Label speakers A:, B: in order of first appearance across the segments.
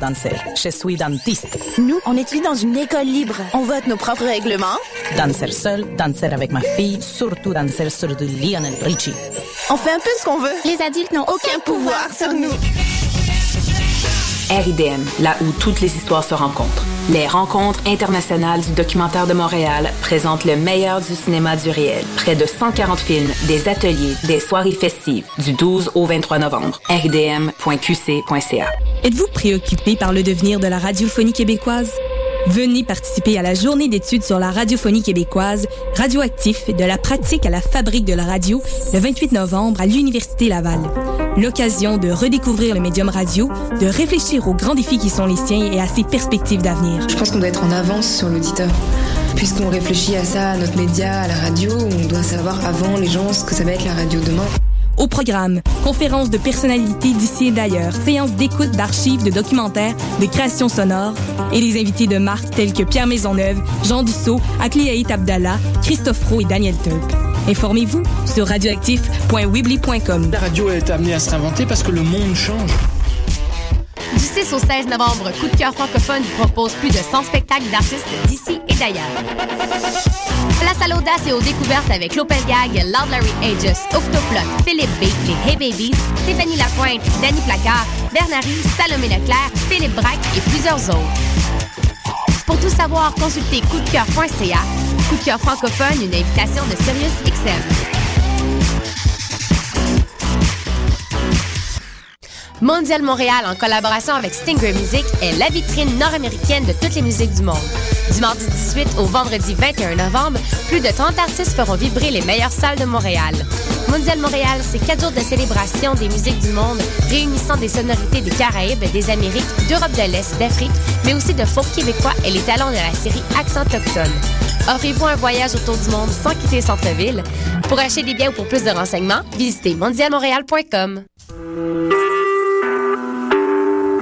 A: danser. Je suis dentiste.
B: Nous, on étudie dans une école libre. On vote nos propres règlements.
A: Danser seul, danser avec ma fille, surtout danser sur du Lionel Richie.
B: On fait un peu ce qu'on veut.
C: Les adultes n'ont aucun pouvoir sur nous.
D: RIDM, là où toutes les histoires se rencontrent. Les rencontres internationales du documentaire de Montréal présentent le meilleur du cinéma du réel. Près de 140 films, des ateliers, des soirées festives du 12 au 23 novembre. rdm.qc.ca.
E: Êtes-vous préoccupé par le devenir de la radiophonie québécoise? Venez participer à la journée d'études sur la radiophonie québécoise, radioactif, de la pratique à la fabrique de la radio, le 28 novembre à l'Université Laval. L'occasion de redécouvrir le médium radio, de réfléchir aux grands défis qui sont les siens et à ses perspectives d'avenir.
F: Je pense qu'on doit être en avance sur l'auditeur. Puisqu'on réfléchit à ça, à notre média, à la radio, on doit savoir avant les gens ce que ça va être la radio demain.
E: Au programme, conférences de personnalités d'ici et d'ailleurs, séances d'écoute, d'archives, de documentaires, de créations sonores et des invités de marque tels que Pierre Maisonneuve, Jean Dussault, Akliaït Abdallah, Christophe Roux et Daniel Teup. Informez-vous sur radioactif.wibly.com.
G: La radio est amenée à se réinventer parce que le monde change.
H: Du 6 au 16 novembre, Coup de cœur francophone vous propose plus de 100 spectacles d'artistes d'ici et d'ailleurs. Place à l'audace et aux découvertes avec Lopez Gag, Loud Larry Aegis, Octoplot, Philippe B, les Hey Babies, Stéphanie Lapointe, Danny Placard, Bernary, Salomé Leclerc, Philippe Braque et plusieurs autres. Pour tout savoir, consultez coupdecoeur.ca. Coup de cœur francophone, une invitation de Sirius XM. Mondial Montréal, en collaboration avec Stinger Music, est la vitrine nord-américaine de toutes les musiques du monde. Du mardi 18 au vendredi 21 novembre, plus de 30 artistes feront vibrer les meilleures salles de Montréal. Mondial Montréal, c'est quatre jours de célébration des musiques du monde, réunissant des sonorités des Caraïbes, des Amériques, d'Europe de l'Est, d'Afrique, mais aussi de folk québécois et les talents de la série Accent Autochtone. Offrez-vous un voyage autour du monde sans quitter Centre-Ville. Pour acheter des biens ou pour plus de renseignements, visitez mondialmontréal.com.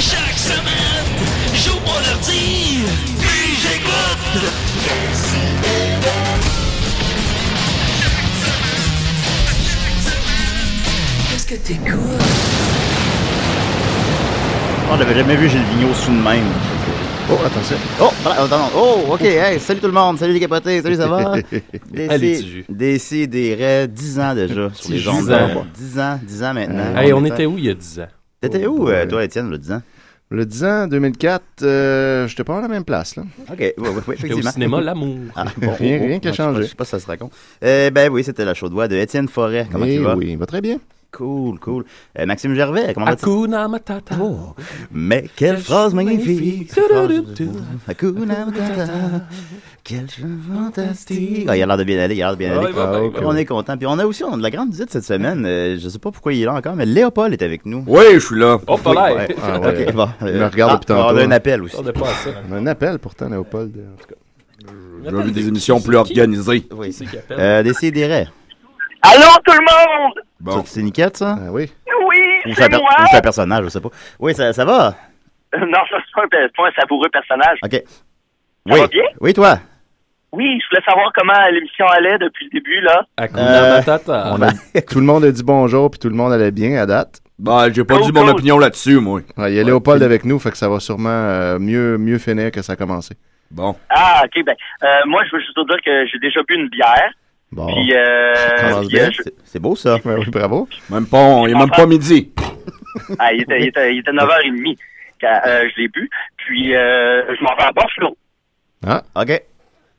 I: Chaque semaine, j'ouvre mon ordi, puis j'écoute.
J: Qu'est-ce que t'écoutes?
K: Ah, On l'avait jamais vu Gilles Vigneault sous de même.
L: Oh, attention.
K: Oh, voilà, attends, oh, ok, hey, salut tout le monde, salut les capotés, salut, ça va? Des
L: Allez, petit jus.
K: des des 10 ans déjà sur les
L: Petit
K: jambes.
L: jus.
K: d'or. 10 ans, 10 ans maintenant.
L: Hey, on
K: est
L: était
K: à-
L: où il y a 10 ans?
K: T'étais où, euh, toi, Étienne, le 10 ans?
L: Le 10 ans, 2004, euh, j'étais pas à la même place, là.
K: OK, oui, oui, oui,
L: J'étais au
K: effectivement.
L: cinéma L'amour.
K: Ah, bon,
L: Rien-
K: oh, oh,
L: rien qui a
K: je sais pas-
L: changé.
K: Je sais pas si ça se raconte. Euh, ben oui, c'était la chaude voix de Étienne Forêt. Comment
L: Eh
K: tu vas?
L: oui, il va très bien.
K: Cool, cool. Euh, Maxime Gervais, comment vas-tu?
L: Hakuna Matata.
K: Mais quelle phrase magnifique!
L: magnifique.
K: Hakuna Matata. Quelle chose fantastique! Ah, il a l'air de bien aller, il a l'air de bien
L: Ah,
K: aller.
L: il va bien, il va bien.
K: on est content. Puis on a aussi on a de la grande visite cette semaine. Euh, je sais pas pourquoi il est là encore, mais Léopold est avec nous.
L: Oui, je suis là. Oh, pas
K: Oui,
L: l'air.
K: ouais.
L: Ah, ouais.
K: Ok, bon.
L: Il
K: euh,
L: me regarde
K: ah,
L: depuis tantôt,
K: On a un
L: hein.
K: appel aussi.
L: On n'a pas à ça.
K: Un appel pourtant, Léopold. En tout cas.
M: J'ai envie des émissions plus organisées.
K: Oui.
M: c'est
K: Euh, Décidérez.
N: Allô tout le monde!
K: Bon. C'est Niquette, ça? oui.
N: Oui,
K: Ou c'est
N: c'est
K: un per-
N: moi!
K: ou c'est un personnage, je sais pas. Oui, ça, ça va?
N: Non, ça c'est pas un, pe- pas un savoureux personnage.
K: OK.
N: Ça
K: oui.
N: va bien?
K: Oui, toi?
N: Oui, je voulais savoir comment l'émission allait depuis le début, là.
L: Hakuna Matata.
K: on a-
L: tout le monde a dit bonjour, puis tout le monde allait bien à date.
M: Bah, j'ai pas
N: Cool,
M: dit mon
N: cool.
M: opinion là-dessus, moi.
L: Ouais, il y a Léopold avec nous, fait que ça va sûrement euh, mieux, mieux finir que ça a commencé.
M: Bon.
N: Ah, OK, ben, euh, moi, je veux juste vous dire que j'ai déjà bu une bière.
L: Bon.
N: Puis, euh,
K: Commence
N: puis, euh,
K: bien.
N: je-
K: C'est- C'est beau, ça.
L: oui, bravo.
M: Même pas, on- il est même pas midi.
N: ah, il, était, il était- il était 9h30 quand euh, je l'ai bu. Puis, euh, je m'en vais à Buffalo,
L: Ah.
K: OK.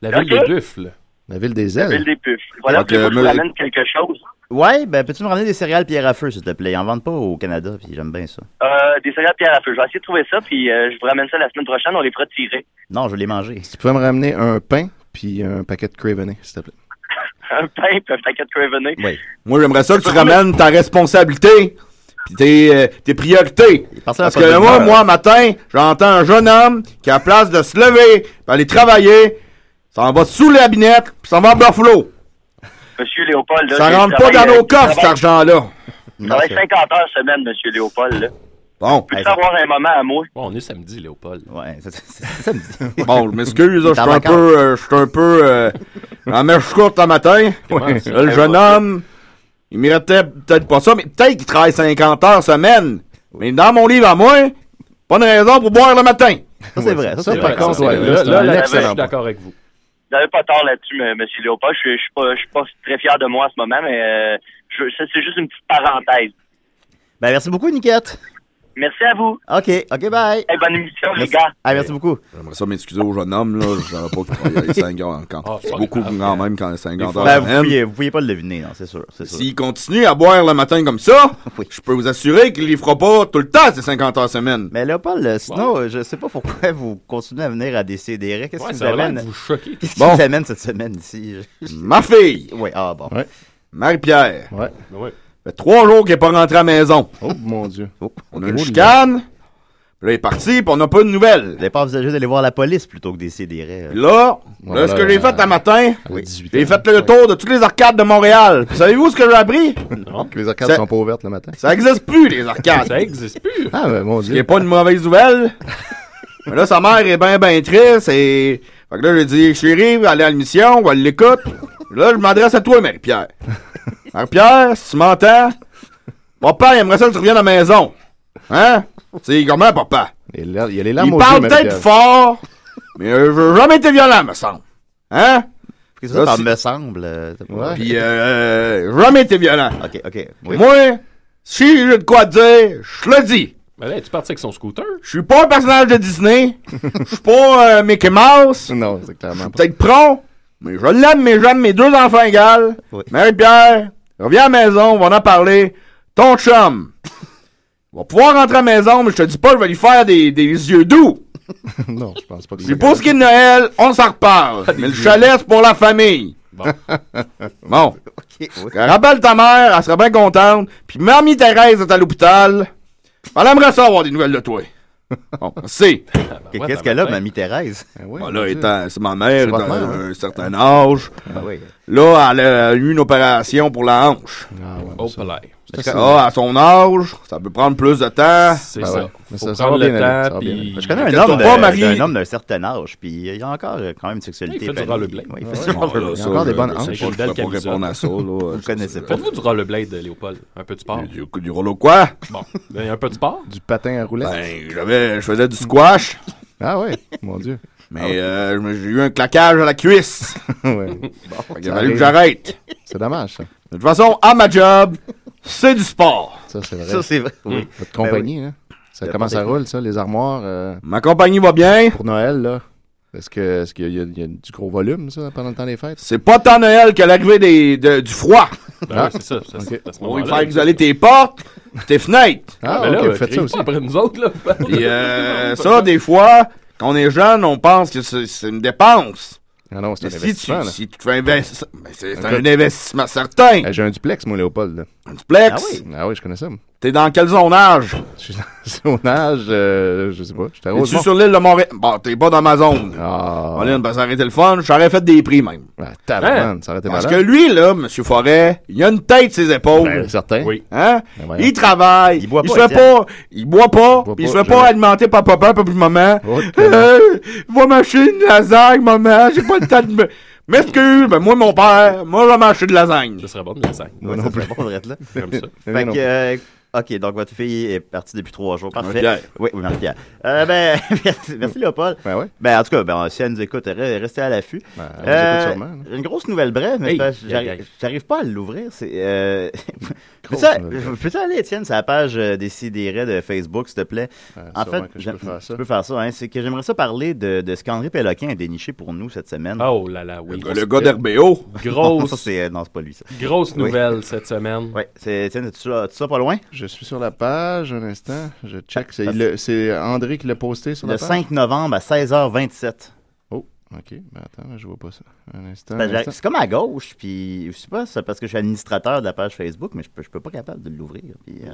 L: La
N: ville Ok. des
L: buffles. La ville des
N: ville
L: ailes.
N: des puffs. Voilà,
L: Ok,
N: puis moi, je vous
L: mais-
N: ramène quelque chose.
K: Ouais, ben peux-tu me ramener des céréales pierre à feu, s'il te plaît? Ils en vendent pas au Canada, puis j'aime bien ça.
N: Euh, des céréales pierre à feu. Je vais essayer de trouver ça, puis euh, je vous ramène ça la semaine prochaine. On les fera tirer.
K: Non, je l'ai mangé.
L: Tu pouvais me ramener un pain, puis un paquet de Craveney, s'il te plaît.
N: un pain, puis un paquet de Craveney.
K: Oui.
M: Moi, j'aimerais ça que tu ramènes ta responsabilité. Pis tes, euh, tes priorités. Parce,
K: à la
M: que
K: bonne
M: moi,
K: heure.
M: moi, matin, j'entends un jeune homme qui, à place de se lever, pis aller travailler, s'en va sous la binette, pis s'en va à Buffalo.
N: Monsieur Léopold, là,
M: Ça
N: j'ai-
M: rentre
N: je
M: pas dans
N: travaille,
M: nos
N: euh,
M: coffres,
N: je
M: cet
N: travaille-
M: argent-là.
N: Je travaille 50 heures semaine, monsieur Léopold, là.
M: Bon.
N: Peux-tu avoir un moment à moi?
O: Bon, on est samedi, Léopold.
K: Ouais, c'est samedi.
M: Bon, je
O: Il
M: m'excuse, là,
O: est
M: je suis
O: en
M: un
O: vacances.
M: peu, euh, je suis un peu, euh, en mèche courte un matin.
O: Comment
M: Ouais.
O: ça?
M: Le jeune homme, il méritait peut-être pas ça, mais peut-être qu'il travaille 50 heures semaine. Mais dans mon livre à moi, pas de raison pour boire le matin.
K: Ça, c'est vrai.
N: ça, c'est vrai, ça, c'est vrai.
O: Là,
N: c'est
O: là,
N: un
O: là,
N: excellent
O: je suis
N: point.
O: d'accord avec vous.
N: Vous n'avez pas tort là-dessus, m- monsieur Léopold. Je ne suis pas, je suis pas très fier de moi en ce moment, mais euh, je- ça, c'est juste une petite parenthèse.
K: Ben, merci beaucoup, Niquette.
N: Merci à vous.
K: OK, OK, bye.
N: Eh, bonne émission, les
K: Merci.
N: gars.
K: Ah, merci beaucoup.
M: J'aimerais ça m'excuser au jeune homme, là. Je savais pas qu'il travaillait 5 heures
K: Ah,
M: encore.
K: c'est
M: C'est
K: pas
M: beaucoup
K: grave.
M: quand même quand 50 heures
K: Ben, vous
M: semaine.
K: pouviez, vous pouviez pas le deviner, non, c'est sûr. c'est sûr.
M: S'il continue à boire le matin comme ça, je peux vous assurer qu'il les fera pas tout le temps, ces 50 heures semaine.
K: Mais là, Paul, euh, sinon, euh, je sais pas pourquoi vous continuez à venir à décider. Qu'est-ce
M: Ouais,
K: qui vous
M: ça a l'air
K: amène
M: de vous choquer.
K: Qu'est-ce qui
M: Bon.
K: vous amène cette semaine ici
M: Ma fille!
K: Oui, ah bon.
M: Marie-Pierre.
L: Ouais.
M: Ça fait trois jours qu'elle n'est pas rentrée à la maison.
L: Oh mon Dieu.
M: On
K: ok.
M: a une
K: Oh,
M: chicane. Puis là, il est parti, puis on n'a pas de nouvelles. Vous
K: n'avez pas envisagé d'aller voir la police plutôt que décider.
M: Là, là, ce que j'ai fait un matin, j'ai fait le tour de toutes les arcades de Montréal. Puis Savez-vous ce que j'ai appris?
L: Que les arcades
M: Ça-
L: sont pas ouvertes le matin.
M: Ça n'existe plus, les arcades.
L: Ça
O: existe plus.
L: Ah, ben mon
M: Ce
L: Dieu.
M: qui n'est pas une mauvaise nouvelle. Mais là, sa mère est bien, bien triste. Et... Fait que là, j'ai dit, chérie, va aller à l'émission, on va l'écoute. Là, je m'adresse à toi, Marie-Pierre. Marie-Pierre, si tu m'entends, papa, il aimerait ça que tu reviennes à la maison. Hein? C'est comment, papa?
L: Il y a les
M: Il
L: larmes aux
M: parle
L: yeux,
M: peut-être
L: Marie-Pierre.
M: fort, mais euh, j'ai jamais été violent, me semble. Hein?
K: Qu'est-ce
M: Là,
K: que ça,
M: si-
K: me semble euh, t'as pas-
M: Puis, euh, jamais été violent.
K: OK, OK. oui.
M: Moi, si j'ai de quoi te dire, je le dis.
O: Mais Ben là, tu parti avec son scooter?
M: Je suis pas un personnage de Disney. Je suis pas euh, Mickey Mouse.
L: Non, c'est clairement
M: pas. Peut-être prompt, mais je l'aime, mais j'aime mes deux enfants égales. Marie-Pierre, reviens à la maison, on va en parler. Ton chum va pouvoir rentrer à la maison, mais je te dis pas, je vais lui faire des, des yeux doux.
L: non, je Ah, pense pas que
M: C'est pour ce qui est de Noël, on s'en reparle. Mais le chalet, c'est pour la famille. Bon. bon. Rappelle ta mère, elle sera bien contente. Puis Mamie Thérèse est à l'hôpital. Elle aimerait ça avoir des nouvelles de toi. Bon, on sait.
K: Qu'est-ce qu'elle a, mamie Thérèse?
M: Bon, là, étant- c'est ma mère,
K: C'est
M: dans
K: votre mère,
M: un certain âge. Là, elle a eu une opération pour la hanche.
O: Oh, palais.
M: Parce que,
O: oh,
M: ah, à son âge, ça peut prendre plus de temps.
O: C'est Ben ça. Faut prendre le temps, puis...
K: Je connais un
M: Inquiète-toi
K: homme, de-
M: pas, Marie.
K: d'un homme d'un certain âge, puis il y a encore euh, quand même une
O: Il
K: sexualité.
O: fait du
K: bannie.
O: rollerblade.
K: Oui, il
O: Ouais,
K: fait
O: ouais.
K: du rollerblade.
O: Il y a encore des bonnes hanches.
K: Je
O: C'est une belle
K: peux pas
O: camisole.
K: répondre à ça, là.
M: Vous
K: Je connaissais pas.
O: Faites-vous du rollerblade, Léopold? Un peu de sport? Du,
M: du roller quoi?
O: Bon, ben, un peu de sport?
L: Du patin à roulettes.
M: Ben, j'avais, je faisais du squash,
L: Ah ouais, mon Dieu.
M: mais euh, je me- j'ai eu un claquage à la cuisse.
L: ouais.
M: Fait qu'il
L: Ça
M: a fallu que
L: arrive.
M: j'arrête.
L: C'est dommage, ça.
M: De toute façon, à ma job, c'est du sport.
L: Ça, c'est vrai.
M: Ça, c'est vrai, oui.
L: Mm. Votre
M: Ben oui.
L: compagnie, là. Ça,
M: Le
L: comment ça
M: portefeuille.
L: roule, ça, les armoires? euh,
M: Ma compagnie va bien.
L: Pour Noël, là. Est-ce que, est-ce qu'il y, a- il y a du gros volume, ça, pendant le temps des fêtes?
M: C'est pas tant Noël que l'arrivée des, de- du froid.
O: Ben oui, c'est ça. ça c'est- à ce
M: On va
O: moment-là,
M: faire isoler tes portes, tes fenêtres.
L: Ah,
O: ben là,
L: ok,
O: euh,
L: vous faites
O: criez
L: ça
O: pas
L: aussi.
O: après nous autres, là.
M: Et euh, ça, des fois, quand on est jeune, on pense que c'est c'est une dépense.
L: Ah non, c'est
M: Mais
L: un
M: si tu,
L: investissement, là.
M: si tu fais investir, ben, c'est
L: Écoute.
M: un investissement certain.
L: Ben, J'ai un duplex, moi, Léopold. Là. Un
M: duplex?
L: Ah oui? Ah oui, je connais ça. moi.
M: T'es dans quel zonage?
L: Je suis dans son âge, euh, je sais pas. J'étais
M: es tu
L: Rosemont.
M: sur l'île de Montréal? Bon, t'es pas dans ma zone.
L: Ah.
M: Moline, ben, ça aurait été le fun. J'aurais fait des prix, même.
L: tabarnak, ça aurait été
M: Parce que
L: malade.
M: lui, là, M. Forêt, il a une tête ses épaules.
L: Ben, certain.
M: Oui. Hein?
L: voyons.
M: il travaille. Il
L: boit
M: Il
L: pas,
M: se fait
L: Étienne.
M: pas. Il boit pas.
L: boit
M: puis il se
L: pas,
M: fait pas
L: jamais.
M: alimenter par papa, par maman. Euh, va mâcher une lasagne, maman. J'ai pas le temps de me. M'excuse, ben moi, mon père, moi, je vais mâcher de lasagne. Ce
O: serait bon, de lasagne.
K: Ouais, ça serait bon, on devrait être là.
M: J'aime ça.
K: Fait
M: Non,
K: que,
M: non.
K: euh, OK, donc votre fille est partie depuis trois jours. Parfait.
M: Marie-Pierre.
K: Oui, oui, Marie-Pierre. Euh, ben, merci, merci, Léopold. Ben, en tout cas, ben, si elle nous écoute, re- restez à l'affût.
L: elle nous écoute sûrement,
K: Une grosse nouvelle brève, mais
L: Hey,
K: parce que
L: aïe,
K: j'arrive-
L: aïe.
K: j'arrive pas à l'ouvrir. C'est, euh...
L: Grosse
K: Peux-tu-
L: nouvelle brève.
K: Peux-tu aller, Étienne, sur la page euh, des sidérés de Facebook, s'il te plaît? en fait,
L: sûrement que je peux faire ça.
K: tu peux faire ça. hein. C'est que j'aimerais ça parler de, de ce qu'André Péloquin a déniché pour nous cette semaine.
O: Oh là là, oui.
K: Ben,
M: Le gars d'RBO.
O: Grosse-
K: Ça, c'est- non, c'est pas lui, ça.
O: Grosse
K: Oui.
O: nouvelle cette semaine.
K: Oui, c'est Étienne, tu ça pas loin?
L: Je suis sur la page, un instant. Je check. C'est le- C'est André qui l'a posté sur
K: Le
L: la page?
K: 5 novembre à 16h27.
L: Oh, OK. Ben, attends, là, je vois pas ça. Un instant.
K: Ben,
L: un
K: j'ai-
L: instant.
K: c'est comme à gauche, puis je sais pas, c'est parce que je suis administrateur de la page Facebook, mais je peux, je peux pas capable de l'ouvrir. puis, euh,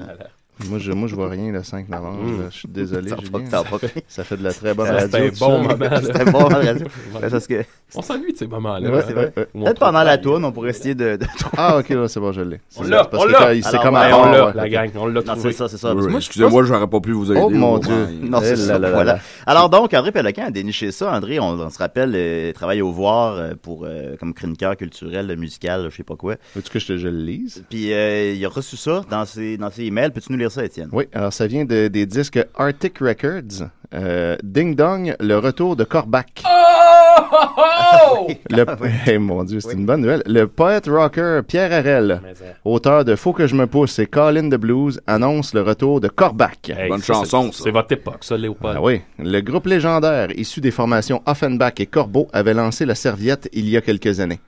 L: Moi, je, moi, je vois rien le 5 novembre. là. Je suis désolé,
K: T'en
L: Julien.
K: profites, t'en
L: Ça
K: profites.
L: fait- Ça fait de la très bonne
K: Ça,
L: radio.
K: c'était un
L: tout
K: bon
L: ça.
K: moment, là.
L: C'était un bon moment de radio.
K: Ouais.
L: Parce que...
K: On
O: s'ennuie de ces moments-là.
K: Ouais, c'est vrai.
L: Ouais, ouais.
K: Peut-être pendant la tourne, on pourrait essayer de. de-
L: Ah, ok, là, c'est bon, je l'ai.
K: On l'a,
L: parce
K: on
L: que
K: l'a.
L: quand il- C'est
K: Alors,
L: comme
K: ouais,
L: à
K: on
L: part,
K: l'a,
L: ouais.
K: la gang, on l'a Non, trouvé. c'est ça, c'est ça. Parce que
M: Ouais,
K: moi, je
M: Excusez-moi,
K: pense-
M: j'aurais pas pu vous aider.
K: Oh
M: au
K: mon
M: moment.
K: Dieu. Non,
M: Eh
K: c'est ça.
M: là là
K: voilà.
M: là.
K: Alors donc, André Péloquin a déniché ça. André, on, on se rappelle, euh, il travaille au Voir euh, pour, euh, comme chroniqueur culturel, musical, je sais pas quoi.
L: Veux-tu que je te le lise?
K: Puis euh, il a reçu ça dans ses, dans ses emails. Peux-tu nous lire ça, Étienne?
L: Oui, alors ça vient de- des disques Arctic Records. Euh, Ding Dong, le retour de Corbac.
O: Oh,
L: Le- Eh, mon Dieu, c'est une bonne nouvelle. Le poète rocker Pierre Harel,
O: hein.
L: auteur de Faut que je me pousse et Call in the Blues, annonce le retour de Corbac.
O: Hey, ça, c'est- C'est votre époque, ça, Léopold.
L: Ah oui, le groupe légendaire issu des formations Offenbach et Corbeau avait lancé la serviette il y a quelques années.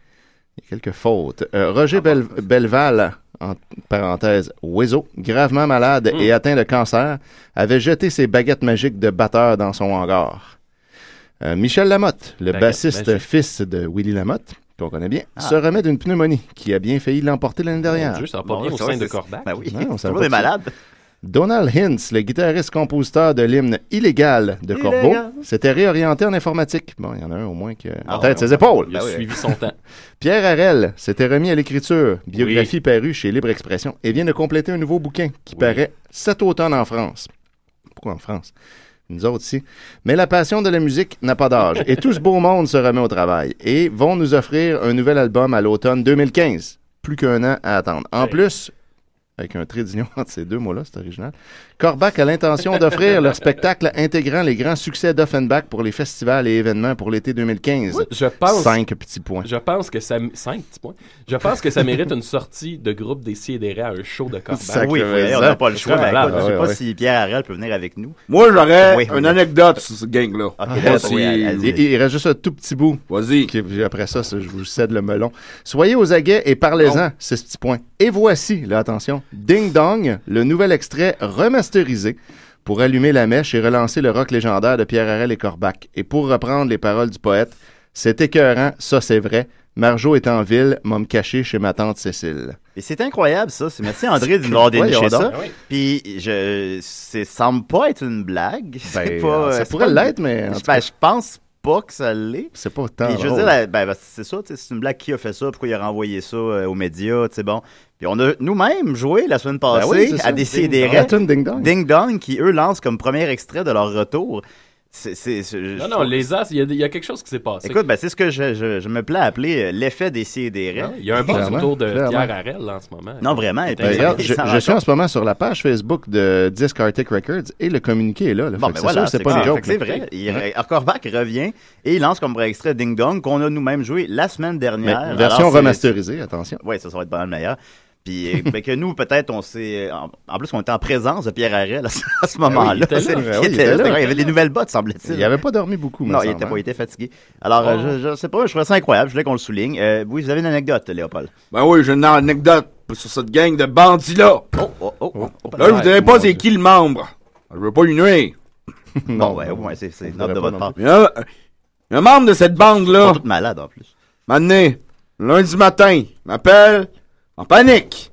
L: Il y a quelques fautes. Euh,
O: Ah
L: Roger Bel- Belval, en parenthèse, Oiseau, gravement
O: Hmm.
L: malade et atteint de cancer, avait jeté ses baguettes magiques de batteur dans son hangar. Euh, Michel Lamotte, le
K: Baguette
L: bassiste
K: magique.
L: fils de Willy Lamotte, qu'on connaît bien, se remet d'une pneumonie qui a bien failli l'emporter l'année dernière.
O: Ah. Mon Dieu, ça va pas bien au sein de Corbac.
K: Ben oui,
L: Ouais, on
K: tout
L: savait
K: le
L: pas
K: monde est
L: ça.
K: malade.
L: Donald Hintz, le guitariste-compositeur de l'hymne illégal de
K: Illégal.
L: Corbeau, s'était réorienté en informatique. Bon, il y en a un au moins qui a en
K: Ah,
L: tête
K: ouais,
L: ses épaules.
O: Il a suivi son temps.
L: Pierre Harel s'était remis à l'écriture, biographie parue chez Libre Expression, et vient de compléter un nouveau bouquin qui paraît cet automne en France. Pourquoi en France? Nous autres ici. Mais la passion de la musique n'a pas d'âge et tout ce beau monde se remet au travail et vont nous offrir un nouvel album à l'automne 2015. Plus qu'un an à attendre. En plus, avec un trait d'union entre ces deux mots-là, c'est original. Corbac a l'intention d'offrir leur spectacle intégrant les grands succès d'Offenbach pour les festivals et événements pour l'été 2015.
O: je pense-
L: Cinq petits points.
O: Je pense que ça. m- Cinq petits points. Je pense que ça mérite une sortie de groupe des Sidérés à un show de Corbac.
K: Ben oui, oui, on n'a pas le choix. mais écoute, je sais pas si Pierre Harel peut venir avec nous.
M: Moi, j'aurais
K: Oui,
M: une
K: oui.
M: anecdote sur ce gang-là.
K: Ah,
M: Je
L: ben
M: sais pas
K: oui, allez,
M: si-
K: allez.
L: Il, il reste juste un tout petit bout.
M: Vas-y.
L: Après ça, ça, je vous cède le melon. Soyez aux aguets et parlez-en, c'est ce petit point. Et voici, là, attention, Ding Dong, le nouvel extrait remasterisé pour allumer la mèche et relancer le rock légendaire de Pierre Harel et Corbac. Et pour reprendre les paroles du poète, c'est écœurant, ça c'est vrai. Marjo est en ville, m'a me cacher chez ma tante Cécile.
K: Et c'est incroyable, ça. C'est- Merci, André, de nous avoir
L: Voyons
K: déniché
L: donc.
K: ça.
O: Ben
L: Ah oui.
K: Puis, je... c'est- ça semble pas être une blague. C'est pas,
L: Ben, ça
K: euh, c'est
L: pourrait
K: pas-
L: l'être, mais en
K: Je,
L: tout cas. Ah, oh.
K: ben, je pense pas que ça l'est.
L: C'est pas autant
K: Puis, je veux
L: drôle.
K: dire, la- ben, ben, c'est ça, tu sais, c'est une blague qui a fait ça, pourquoi il a renvoyé ça euh, aux médias, tu sais, bon. Puis, on a nous-mêmes joué la semaine
L: Ben
K: passée
L: oui, c'est
K: à
L: ça.
K: décider.
L: La tune Ding Dong.
K: Ding Dong, qui eux lancent comme premier extrait de leur retour. C'est, c'est- c'est- je-
O: Non,
K: je
O: non,
K: trouve-
O: les As, il y a- il y, a quelque chose qui s'est passé.
K: Écoute, ben, c'est ce que je, je- je me plais à appeler euh, l'effet des sidérés.
O: il y a un buzz
L: Clairement,
O: autour de
L: clairement.
O: Pierre Harel là, en ce moment.
K: Non, vraiment, et puis-
L: Ben, regarde,
K: il
L: je,
K: s'en
L: je
K: rend
L: suis en ce moment sur la page Facebook de Disc Arctic Records et le communiqué est là. là. Fait
K: Bon, ben
L: que c'est
K: voilà,
L: sûr, c'est pas
K: clair.
L: une
K: Fait
L: joke.
K: que C'est
L: là.
K: vrai. Il,
L: Ouais.
K: Corbac revient et il lance comme vrai extrait Ding Dong qu'on a nous-mêmes joué la semaine
L: Mais
K: dernière.
L: version remasterisée, attention.
K: Oui, ça, ça va être pas mal meilleur. Puis euh, ben, que nous, peut-être, on s'est. En, en plus, on était en présence de Pierre Harel à
O: Ben
K: ce, à ce
L: Ah oui, il
K: moment-là.
L: était là.
K: Il
L: Ah oui, il
K: était
L: était
K: là.
L: là.
K: Il y avait des nouvelles bottes, semble-t-il.
L: Il n'avait pas dormi beaucoup, me
K: Non, il
L: semble,
K: était pas,
L: hein.
K: il était fatigué. Alors, euh,
L: Oh.
K: je, je sais pas, je trouvais ça incroyable. Je voulais qu'on le souligne. Euh, oui, vous avez une anecdote, Léopold.
M: Ben oui, j'ai une anecdote sur cette gang de bandits-là.
K: Oh, oh, oh, oh,
M: Là, je vous dirai
K: mon
M: pas
K: Dieu.
M: c'est qui le membre. Je veux pas une nuire.
K: Bon, ouais, au moins, c'est- c'est noble de votre part.
M: Il y a- il y a un membre de cette bande-là.
K: Tout malade, en plus.
M: Maintenant, lundi matin, il m'appelle en panique.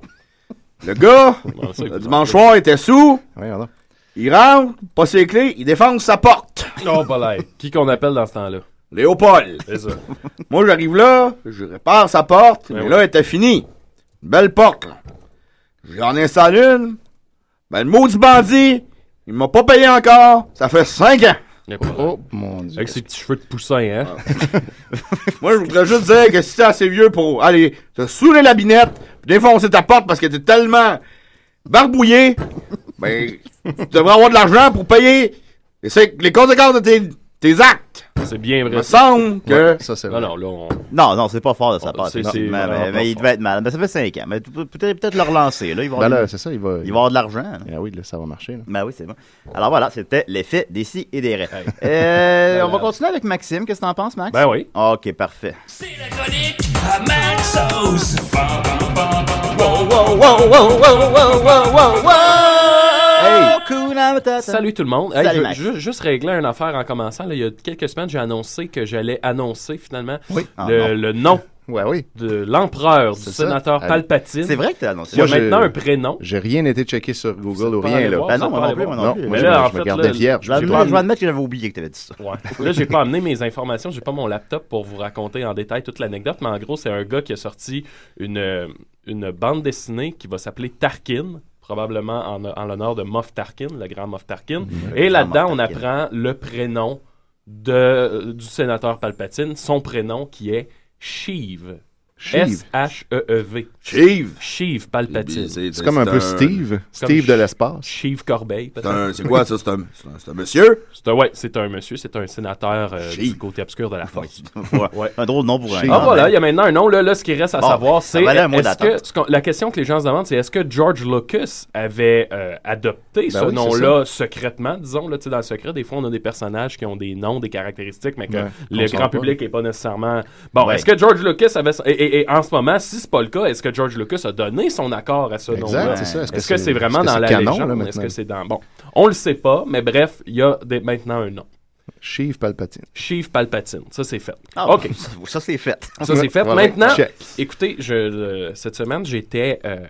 M: Le gars, le dimanche soir, était sous. Il rentre, pas ses clés, il défonce sa porte.
O: Non, pas l'air. Qui qu'on appelle dans ce temps-là?
M: Léopold.
O: C'est ça.
M: Moi, j'arrive là, je répare sa porte,
K: Ben
M: mais là, elle était finie. Une belle porte, là. J'en installe une. Ben, le maudit bandit, il m'a pas payé encore. Ça fait 5 ans.
L: Oh, mon Dieu.
O: Avec ses petits cheveux de poussin, hein?
M: Moi, je voudrais juste dire que si t'es assez vieux pour aller te saouler la binette, puis défoncer ta porte parce que t'es tellement barbouillé, ben, tu devrais avoir de l'argent pour payer les, cinq- les conséquences de tes, tes actes.
O: C'est bien
M: Il me semble que...
L: ça, c'est
O: Non, non, là, on...
K: Non, non, c'est pas fort de sa part.
O: Oh, c'est-
K: effectivement,
O: c'est
K: mais,
O: vraiment
K: mais
O: pas
K: il devait être mal. Mais ça fait 5 ans. Mais tu peux- peut-être peut-être le relancer. Là, il va
L: Ben
K: avoir-
L: là, c'est ça, il va.
K: il va avoir de l'argent. là.
L: Ah oui, là, ça va marcher. là.
K: Ben oui, c'est bon. Alors voilà, c'était l'effet des si et des raies. Euh, on va continuer avec Maxime. Qu'est-ce que t'en penses, Max?
O: Ben oui.
K: OK, parfait.
I: À Maxos. Bam, bam, bam, bam. Wow,
O: wow, wow, wow, wow, wow, wow, wow, wow.
K: Hey.
O: Salut tout le monde. Hey,
K: Salut,
O: je veux
K: Max.
O: ju- juste régler une affaire en commençant. là. il y a quelques semaines, j'ai annoncé que j'allais annoncer finalement
K: Oui. Ah,
O: le,
K: non.
O: le nom
L: Ouais, oui.
O: de l'empereur, du
L: C'est ça.
O: sénateur
L: Ah,
O: Palpatine.
L: c'est vrai que t'as
O: Il
L: annoncé
O: y a
L: ça. Moi,
O: maintenant
L: je-
O: un prénom.
L: J'ai rien été checké sur Google ou
O: pas
L: rien,
O: allé
L: là.
O: voir, ça pas allé voir.
L: Non,
O: Mais
L: moi, je,
O: là,
L: me-
O: en
L: je me
O: fait,
L: gardais
O: là,
L: vierge.
O: je vais
L: J'ai
O: admettre-
L: pas-
O: je vais admettre
K: que j'avais oublié que tu avais dit ça.
O: Là, j'ai pas amené mes informations, j'ai pas mon laptop pour vous raconter en détail toute l'anecdote, mais en gros, c'est un gars qui a sorti une, euh, une bande dessinée qui va s'appeler Tarkin, probablement en, en l'honneur de Moff Tarkin, le grand Moff Tarkin. Et
K: Le grand
O: là-dedans,
K: Moff
O: on apprend le prénom de, euh, du sénateur Palpatine, son prénom qui est Sheev.
L: Sheev.
O: S-H-E-E-V.
M: Sheev.
O: Sheev Palpatine.
L: C'est comme un peu Steve. Steve de l'espace.
O: Steve Corbeil,
M: C'est
O: peut-être.
M: un- c'est quoi ça? C'est un, c'est un- c'est un monsieur?
O: C'est un, ouais, c'est un monsieur, c'est un sénateur euh, du côté obscur de la France. Ouais.
K: Un drôle de nom pour un.
O: Ah voilà, il y a maintenant un nom. Là, là ce qui reste à
K: Bon,
O: savoir,
K: ça
O: c'est
K: valait un mois
O: est-ce que
K: d'attente.
O: ce qu'on- la question que les gens se demandent, c'est est-ce que George Lucas avait euh, adopté
K: Ben
O: ce
K: oui,
O: nom-là secrètement, disons là, tu sais, dans le secret. Des fois, on a des personnages qui ont des noms, des caractéristiques, mais que
K: Ouais,
O: le
K: qu'on sait
O: grand
K: pas.
O: public n'est pas nécessairement. Bon,
K: Ouais.
O: est-ce que George Lucas avait et, et- et en ce moment, si c'est pas le cas, est-ce que George Lucas a donné son accord à ce
L: Exact,
O: nom-là
L: c'est ça.
O: Est-ce que, c'est vraiment
L: est-ce que
O: dans
L: c'est
O: la
L: canon, là,
O: légende
L: maintenant?
O: Est-ce que c'est dans bon On le sait pas, mais bref, il y a des- maintenant un nom.
L: Chief Palpatine.
O: Chief Palpatine, ça c'est fait.
K: Ah,
O: OK.
K: Ça, c'est fait.
O: Ça, c'est fait.
K: Ouais, ouais.
O: Maintenant,
K: Check.
O: écoutez, je, euh, cette semaine, j'étais euh,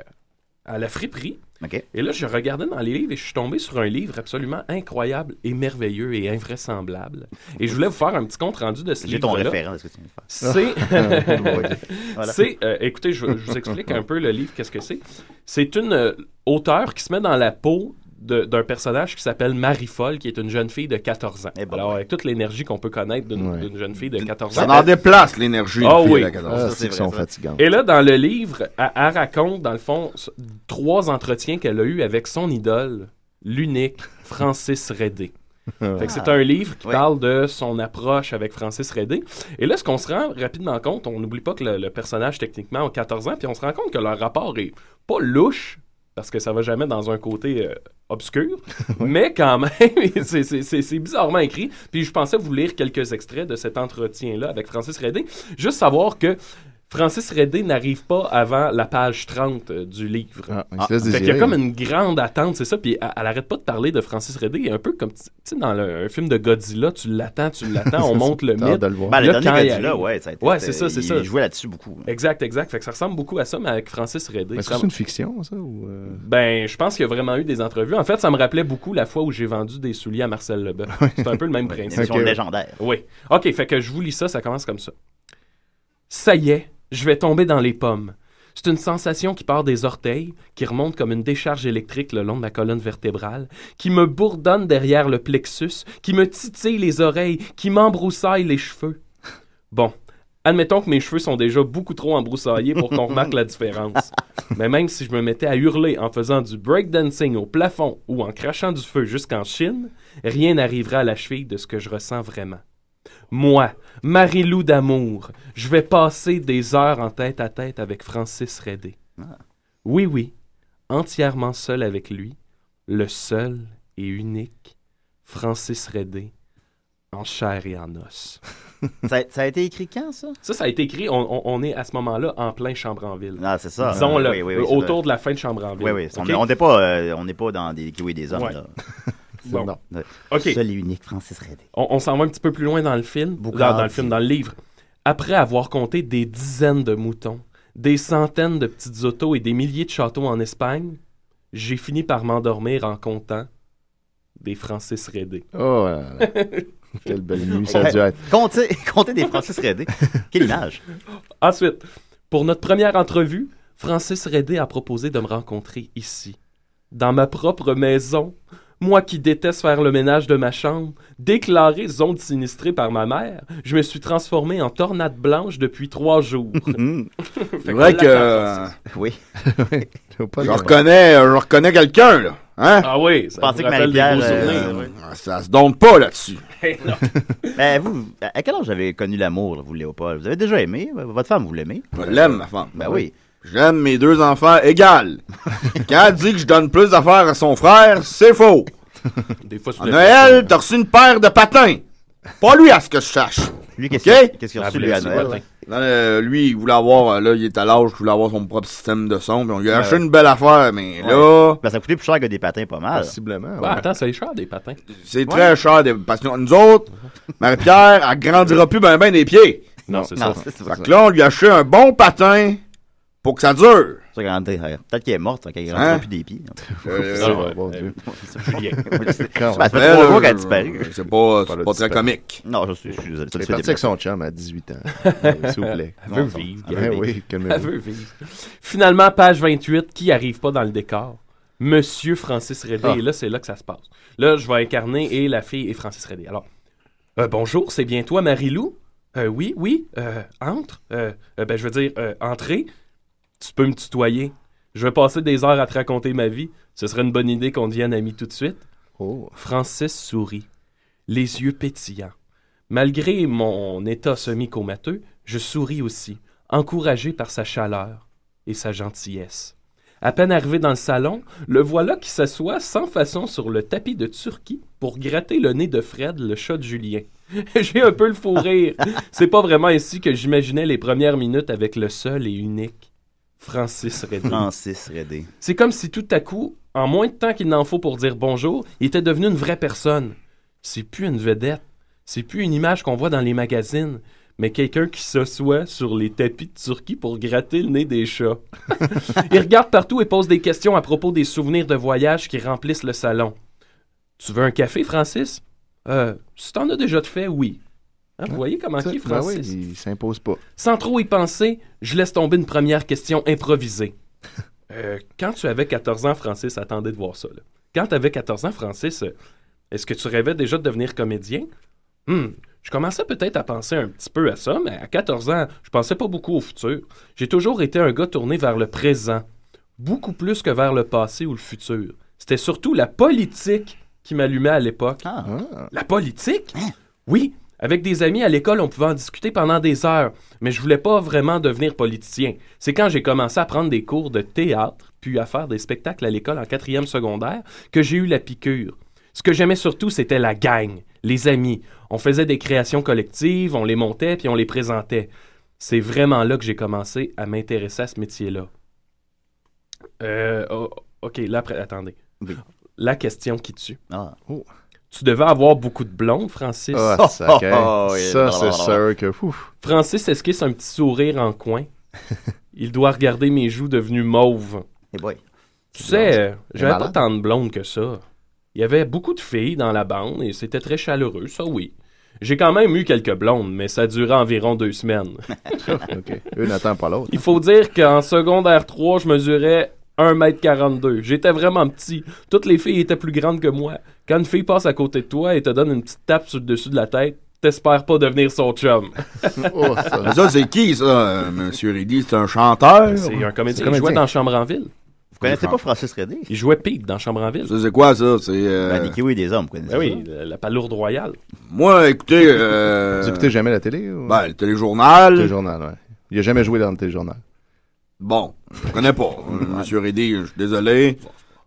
O: à la friperie.
K: OK.
O: Et là, je regardais dans les livres et je suis tombé sur un livre absolument incroyable et merveilleux et invraisemblable. Et je voulais vous faire un petit compte-rendu de ce
K: J'ai ton
O: livre-là.
K: référent, est-ce que tu veux
O: C'est...
K: me
L: Ah,
K: faire? Voilà.
O: C'est- euh, écoutez, je, je vous explique un peu le livre, qu'est-ce que c'est. C'est une euh, auteure qui se met dans la peau de- d'un personnage qui s'appelle Marie Folle, qui est une jeune fille de 14 ans. Alors, avec toute l'énergie qu'on peut connaître d'une d'une jeune fille de 14 ans.
M: Ça en déplace l'énergie.
O: Ah
M: une fille
O: oui.
M: à 14 ans.
L: Ah, c'est qu'ils sont fatigants.
O: Et là, dans le livre, elle, elle raconte, dans le fond, s- trois entretiens qu'elle a eus avec son idole, l'unique Francis Redé. Fait que c'est
K: Ah.
O: un livre qui
K: Oui.
O: parle de son approche avec Francis Redé. Et là, ce qu'on se rend rapidement compte, on n'oublie pas que le, le personnage, techniquement, a 14 ans, puis on se rend compte que leur rapport est pas louche, parce que ça va jamais dans un côté euh, obscur, mais quand même, c'est- c'est c'est- c'est bizarrement écrit. Puis je pensais vous lire quelques extraits de cet entretien-là avec Francis Redé, juste savoir que Francis Redé n'arrive pas avant la page 30 du livre.
L: il Ah, se laisse
O: Ah, fait qu'il y a
L: désirer,
O: comme
L: là.
O: une grande attente, c'est ça. Puis elle, elle arrête pas de parler de Francis Redé, un peu comme tu tu sais dans le- un film de Godzilla, tu l'attends, tu l'attends, on
K: C'est ça,
O: monte le
K: t'as hâte
O: mythe.
K: de le voir. Ben, le
O: Là,
K: dernier
O: quand il
K: Godzilla,
O: arrive-
K: ouais, ça a été-
O: ouais, c'est ça,
K: euh,
O: c'est
K: il
O: ça.
K: jouait là-dessus beaucoup.
O: Exact, exact. Fait que ça ressemble beaucoup à ça, mais avec Francis Redé.
L: Est-ce
O: Ça-
L: que c'est une fiction, ça? Ou euh,
O: ben, je pense qu'il y a vraiment eu des entrevues. En fait, ça me rappelait beaucoup la fois où j'ai vendu des souliers à Marcel Lebeuf. C'est un peu le même
K: Ouais, une
O: principe.
K: émission Ok. légendaire.
O: Oui. OK, fait que je vous lis ça, ça commence comme ça. Ça y est, je vais tomber dans les pommes. C'est une sensation qui part des orteils, qui remonte comme une décharge électrique le long de ma colonne vertébrale, qui me bourdonne derrière le plexus, qui me titille les oreilles, qui m'embroussaille les cheveux. Bon, admettons que mes cheveux sont déjà beaucoup trop embroussaillés pour qu'on remarque la différence. Mais même si je me mettais à hurler en faisant du breakdancing au plafond ou en crachant du feu jusqu'en Chine, rien n'arrivera à la cheville de ce que je ressens vraiment. Moi, Marie-Lou d'amour, je vais passer des heures en tête à tête avec Francis Redé.
K: Ah.
O: Oui, oui, entièrement seul avec lui, le seul et unique Francis Redé, en chair et en os.
K: Ça, ça a été écrit quand, ça?
O: Ça, ça a été écrit, on, on- on est à ce moment-là en plein Chambranville.
K: Ah, c'est ça.
O: Disons,
K: Euh,
O: le-
K: oui, oui, oui,
O: autour
K: ça-
O: de la fin de Chambranville.
K: Oui, oui. On-
O: OK?
K: On n'est pas, euh, on n'est pas dans des kiwis des hommes,
O: Ouais.
K: là.
O: Bon.
K: Ouais.
O: OK.
K: Seul et unique Francis Redé.
O: On, on s'en va un petit peu plus loin dans le film, dans,
K: grave.
O: dans le film, dans le livre. Après avoir compté des dizaines de moutons, des centaines de petites autos et des milliers de châteaux en Espagne, j'ai fini par m'endormir en comptant des Francis Redé.
L: Oh, là là. Quelle belle nuit ça a dû être.
K: Comptez, comptez des Francis Redé. Quelle image.
O: Ensuite, pour notre première entrevue, Francis Redé a proposé de me rencontrer ici, dans ma propre maison. Moi qui déteste faire le ménage de ma chambre, déclarée zone sinistrée par ma mère, je me suis transformé en tornade blanche depuis trois jours.
M: C'est vrai que. euh,
K: Oui.
L: pas
M: je
L: le-
M: reconnais, je reconnais quelqu'un, là. Hein?
O: Ah oui, ça
K: Pensez
O: vous
K: que
O: rappelle des
K: Marie-Pierre,
O: beaux
K: euh,
O: souvenirs.
M: Ah, Ça se donne pas là-dessus.
K: Ben, vous, à à quel âge avez connu l'amour, là, vous, Léopold? Vous avez déjà aimé? Ben, Votre femme, vous l'aimez?
M: Je l'aime, ma femme.
K: Ben oui.
M: J'aime mes deux enfants égales. Quand elle dit que je donne plus d'affaires à son frère, c'est faux.
O: Des fois, c'est
M: À
O: une
M: Noël, t'as reçu une paire de patins. Pas lui, à ce que je sache.
K: Lui,
M: OK?
K: qu'est-ce qu'il- qu'est-ce qu'il a
O: Ah,
K: reçu,
O: vous
K: lui, à
O: l'avez
K: Noël?
O: dit, ouais.
M: Non, euh, lui, il voulait avoir, euh, là, il est à l'âge, il voulait avoir son propre système de son. Puis on lui a
K: Ouais,
M: acheté
K: Ben ouais.
M: une belle affaire, mais
K: Ouais.
M: là,
K: Ben, ça coûtait plus cher que des patins, pas mal.
L: Possiblement.
O: Ah, attends, ça est cher des patins.
M: c'est très cher. de- Parce que nous autres, Marie-Pierre, elle grandira plus ben ben des pieds.
O: Non, c'est ça.
M: Fait que là, on lui a acheté un bon patin pour que ça dure.
K: Ça, quand t'es- euh, Peut-être qu'elle est morte, hein, qu'elle ne
M: Hein?
K: rentre plus des pieds.
M: Euh,
K: Ça,
L: oh,
M: euh,
K: bon
M: euh,
K: Dieu.
M: Julien.
K: Ben, Ça fait
M: Quand-
K: trois
M: Après,
K: mois
M: là,
K: qu'elle a disparu.
M: c'est pas- c'est pas très comique.
K: Non, je suis je suis désolé. ça
L: Elle
K: me
L: est partie
K: fait
L: avec
K: déplacer.
L: son chum à 18 ans. Euh, S'il vous plaît.
O: Elle veut vivre.
L: Ah,
O: elle veut
L: oui,
O: vivre.
L: calmez-vous.
O: Elle veut vivre. Finalement, page 28, qui arrive pas dans le décor? Monsieur Francis Rédé.
L: Ah.
O: Et là, c'est là que ça se passe. Là, je vais incarner et la fille et Francis Rédé. Alors, euh, bonjour, c'est bien toi, Marie-Lou? Euh, oui, oui, euh, entre. Euh, euh, ben, je veux dire, euh, entrez. Tu peux me tutoyer. Je vais passer des heures à te raconter ma vie. Ce serait une bonne idée qu'on devienne amis tout de suite.
L: Oh.
O: Francis sourit, les yeux pétillants. Malgré mon état semi-comateux, je souris aussi, encouragé par sa chaleur et sa gentillesse. À peine arrivé dans le salon, le voilà qui s'assoit sans façon sur le tapis de Turquie pour gratter le nez de Fred, le chat de Julien. J'ai un peu le fou rire. C'est pas vraiment ainsi que j'imaginais les premières minutes avec le seul et unique Francis Reddy.
K: Francis Redé.
O: C'est comme si tout à coup, en moins de temps qu'il n'en faut pour dire bonjour, il était devenu une vraie personne. C'est plus une vedette, c'est plus une image qu'on voit dans les magazines, mais quelqu'un qui s'assoit sur les tapis de Turquie pour gratter le nez des chats. il regarde partout et pose des questions à propos des souvenirs de voyage qui remplissent le salon. Tu veux un café, Francis? Euh, si t'en as déjà de fait, oui. Hein, vous voyez comment
L: Ça,
O: qui est,
L: ben oui,
O: Francis?
L: il s'impose pas.
O: Sans trop y penser, je laisse tomber une première question improvisée. Euh, quand tu avais 14 ans, Francis, attendez de voir ça. là. Quand tu avais 14 ans, Francis, euh, est-ce que tu rêvais déjà de devenir comédien? Hmm, je commençais peut-être à penser un petit peu à ça, mais à 14 ans, je pensais pas beaucoup au futur. J'ai toujours été un gars tourné vers le présent, beaucoup plus que vers le passé ou le futur. C'était surtout la politique qui m'allumait à l'époque. La politique? Oui, avec des amis à l'école, on pouvait en discuter pendant des heures, mais je voulais pas vraiment devenir politicien. C'est quand j'ai commencé à prendre des cours de théâtre, puis à faire des spectacles à l'école en quatrième secondaire, que j'ai eu la piqûre. Ce que j'aimais surtout, c'était la gang, les amis. On faisait des créations collectives, on les montait, puis on les présentait. C'est vraiment là que j'ai commencé à m'intéresser à ce métier-là. Euh, oh, OK, là, après, attendez. La question qui tue. Tu devais avoir beaucoup de blondes, Francis.
L: Ah, sacré.
M: Oh,
L: Ça, c'est sûr que... ouf.
O: Francis esquisse un petit sourire en coin. Il doit regarder mes joues devenues mauves. Tu sais, euh, j'avais pas
L: malade.
O: tant de blondes que ça. Il y avait beaucoup de filles dans la bande et c'était très chaleureux, ça oui. J'ai quand même eu quelques blondes, mais ça durait environ deux semaines.
L: OK. Eux n'attendent pas l'autre.
O: Il faut dire qu'en secondaire 3, je mesurais 1m42. J'étais vraiment petit. Toutes les filles étaient plus grandes que moi. Quand une fille passe à côté de toi et te donne une petite tape sur le dessus de la tête, t'espères pas devenir son chum.
L: Oh,
M: Mais ça, c'est qui, ça, euh, Monsieur Reddy? C'est un chanteur?
O: C'est un comédien. Il jouait dans Chambre en Ville. Vous
M: connaissez pas
K: Francis Redé?
O: Il jouait Pig dans Chambre en Ville.
M: Ça, c'est quoi, ça? C'est... euh,
K: Ben, des kiwis et des hommes, quoi.
O: Ben oui, la, la palourde royale.
M: Moi, écoutez... euh,
L: Vous écoutez jamais la télé? Ou...
M: Ben, le téléjournal.
L: Le téléjournal, ouais. Il a jamais joué dans le téléjournal.
M: Bon, je connais pas. Euh, Monsieur Reddy, je suis désolé.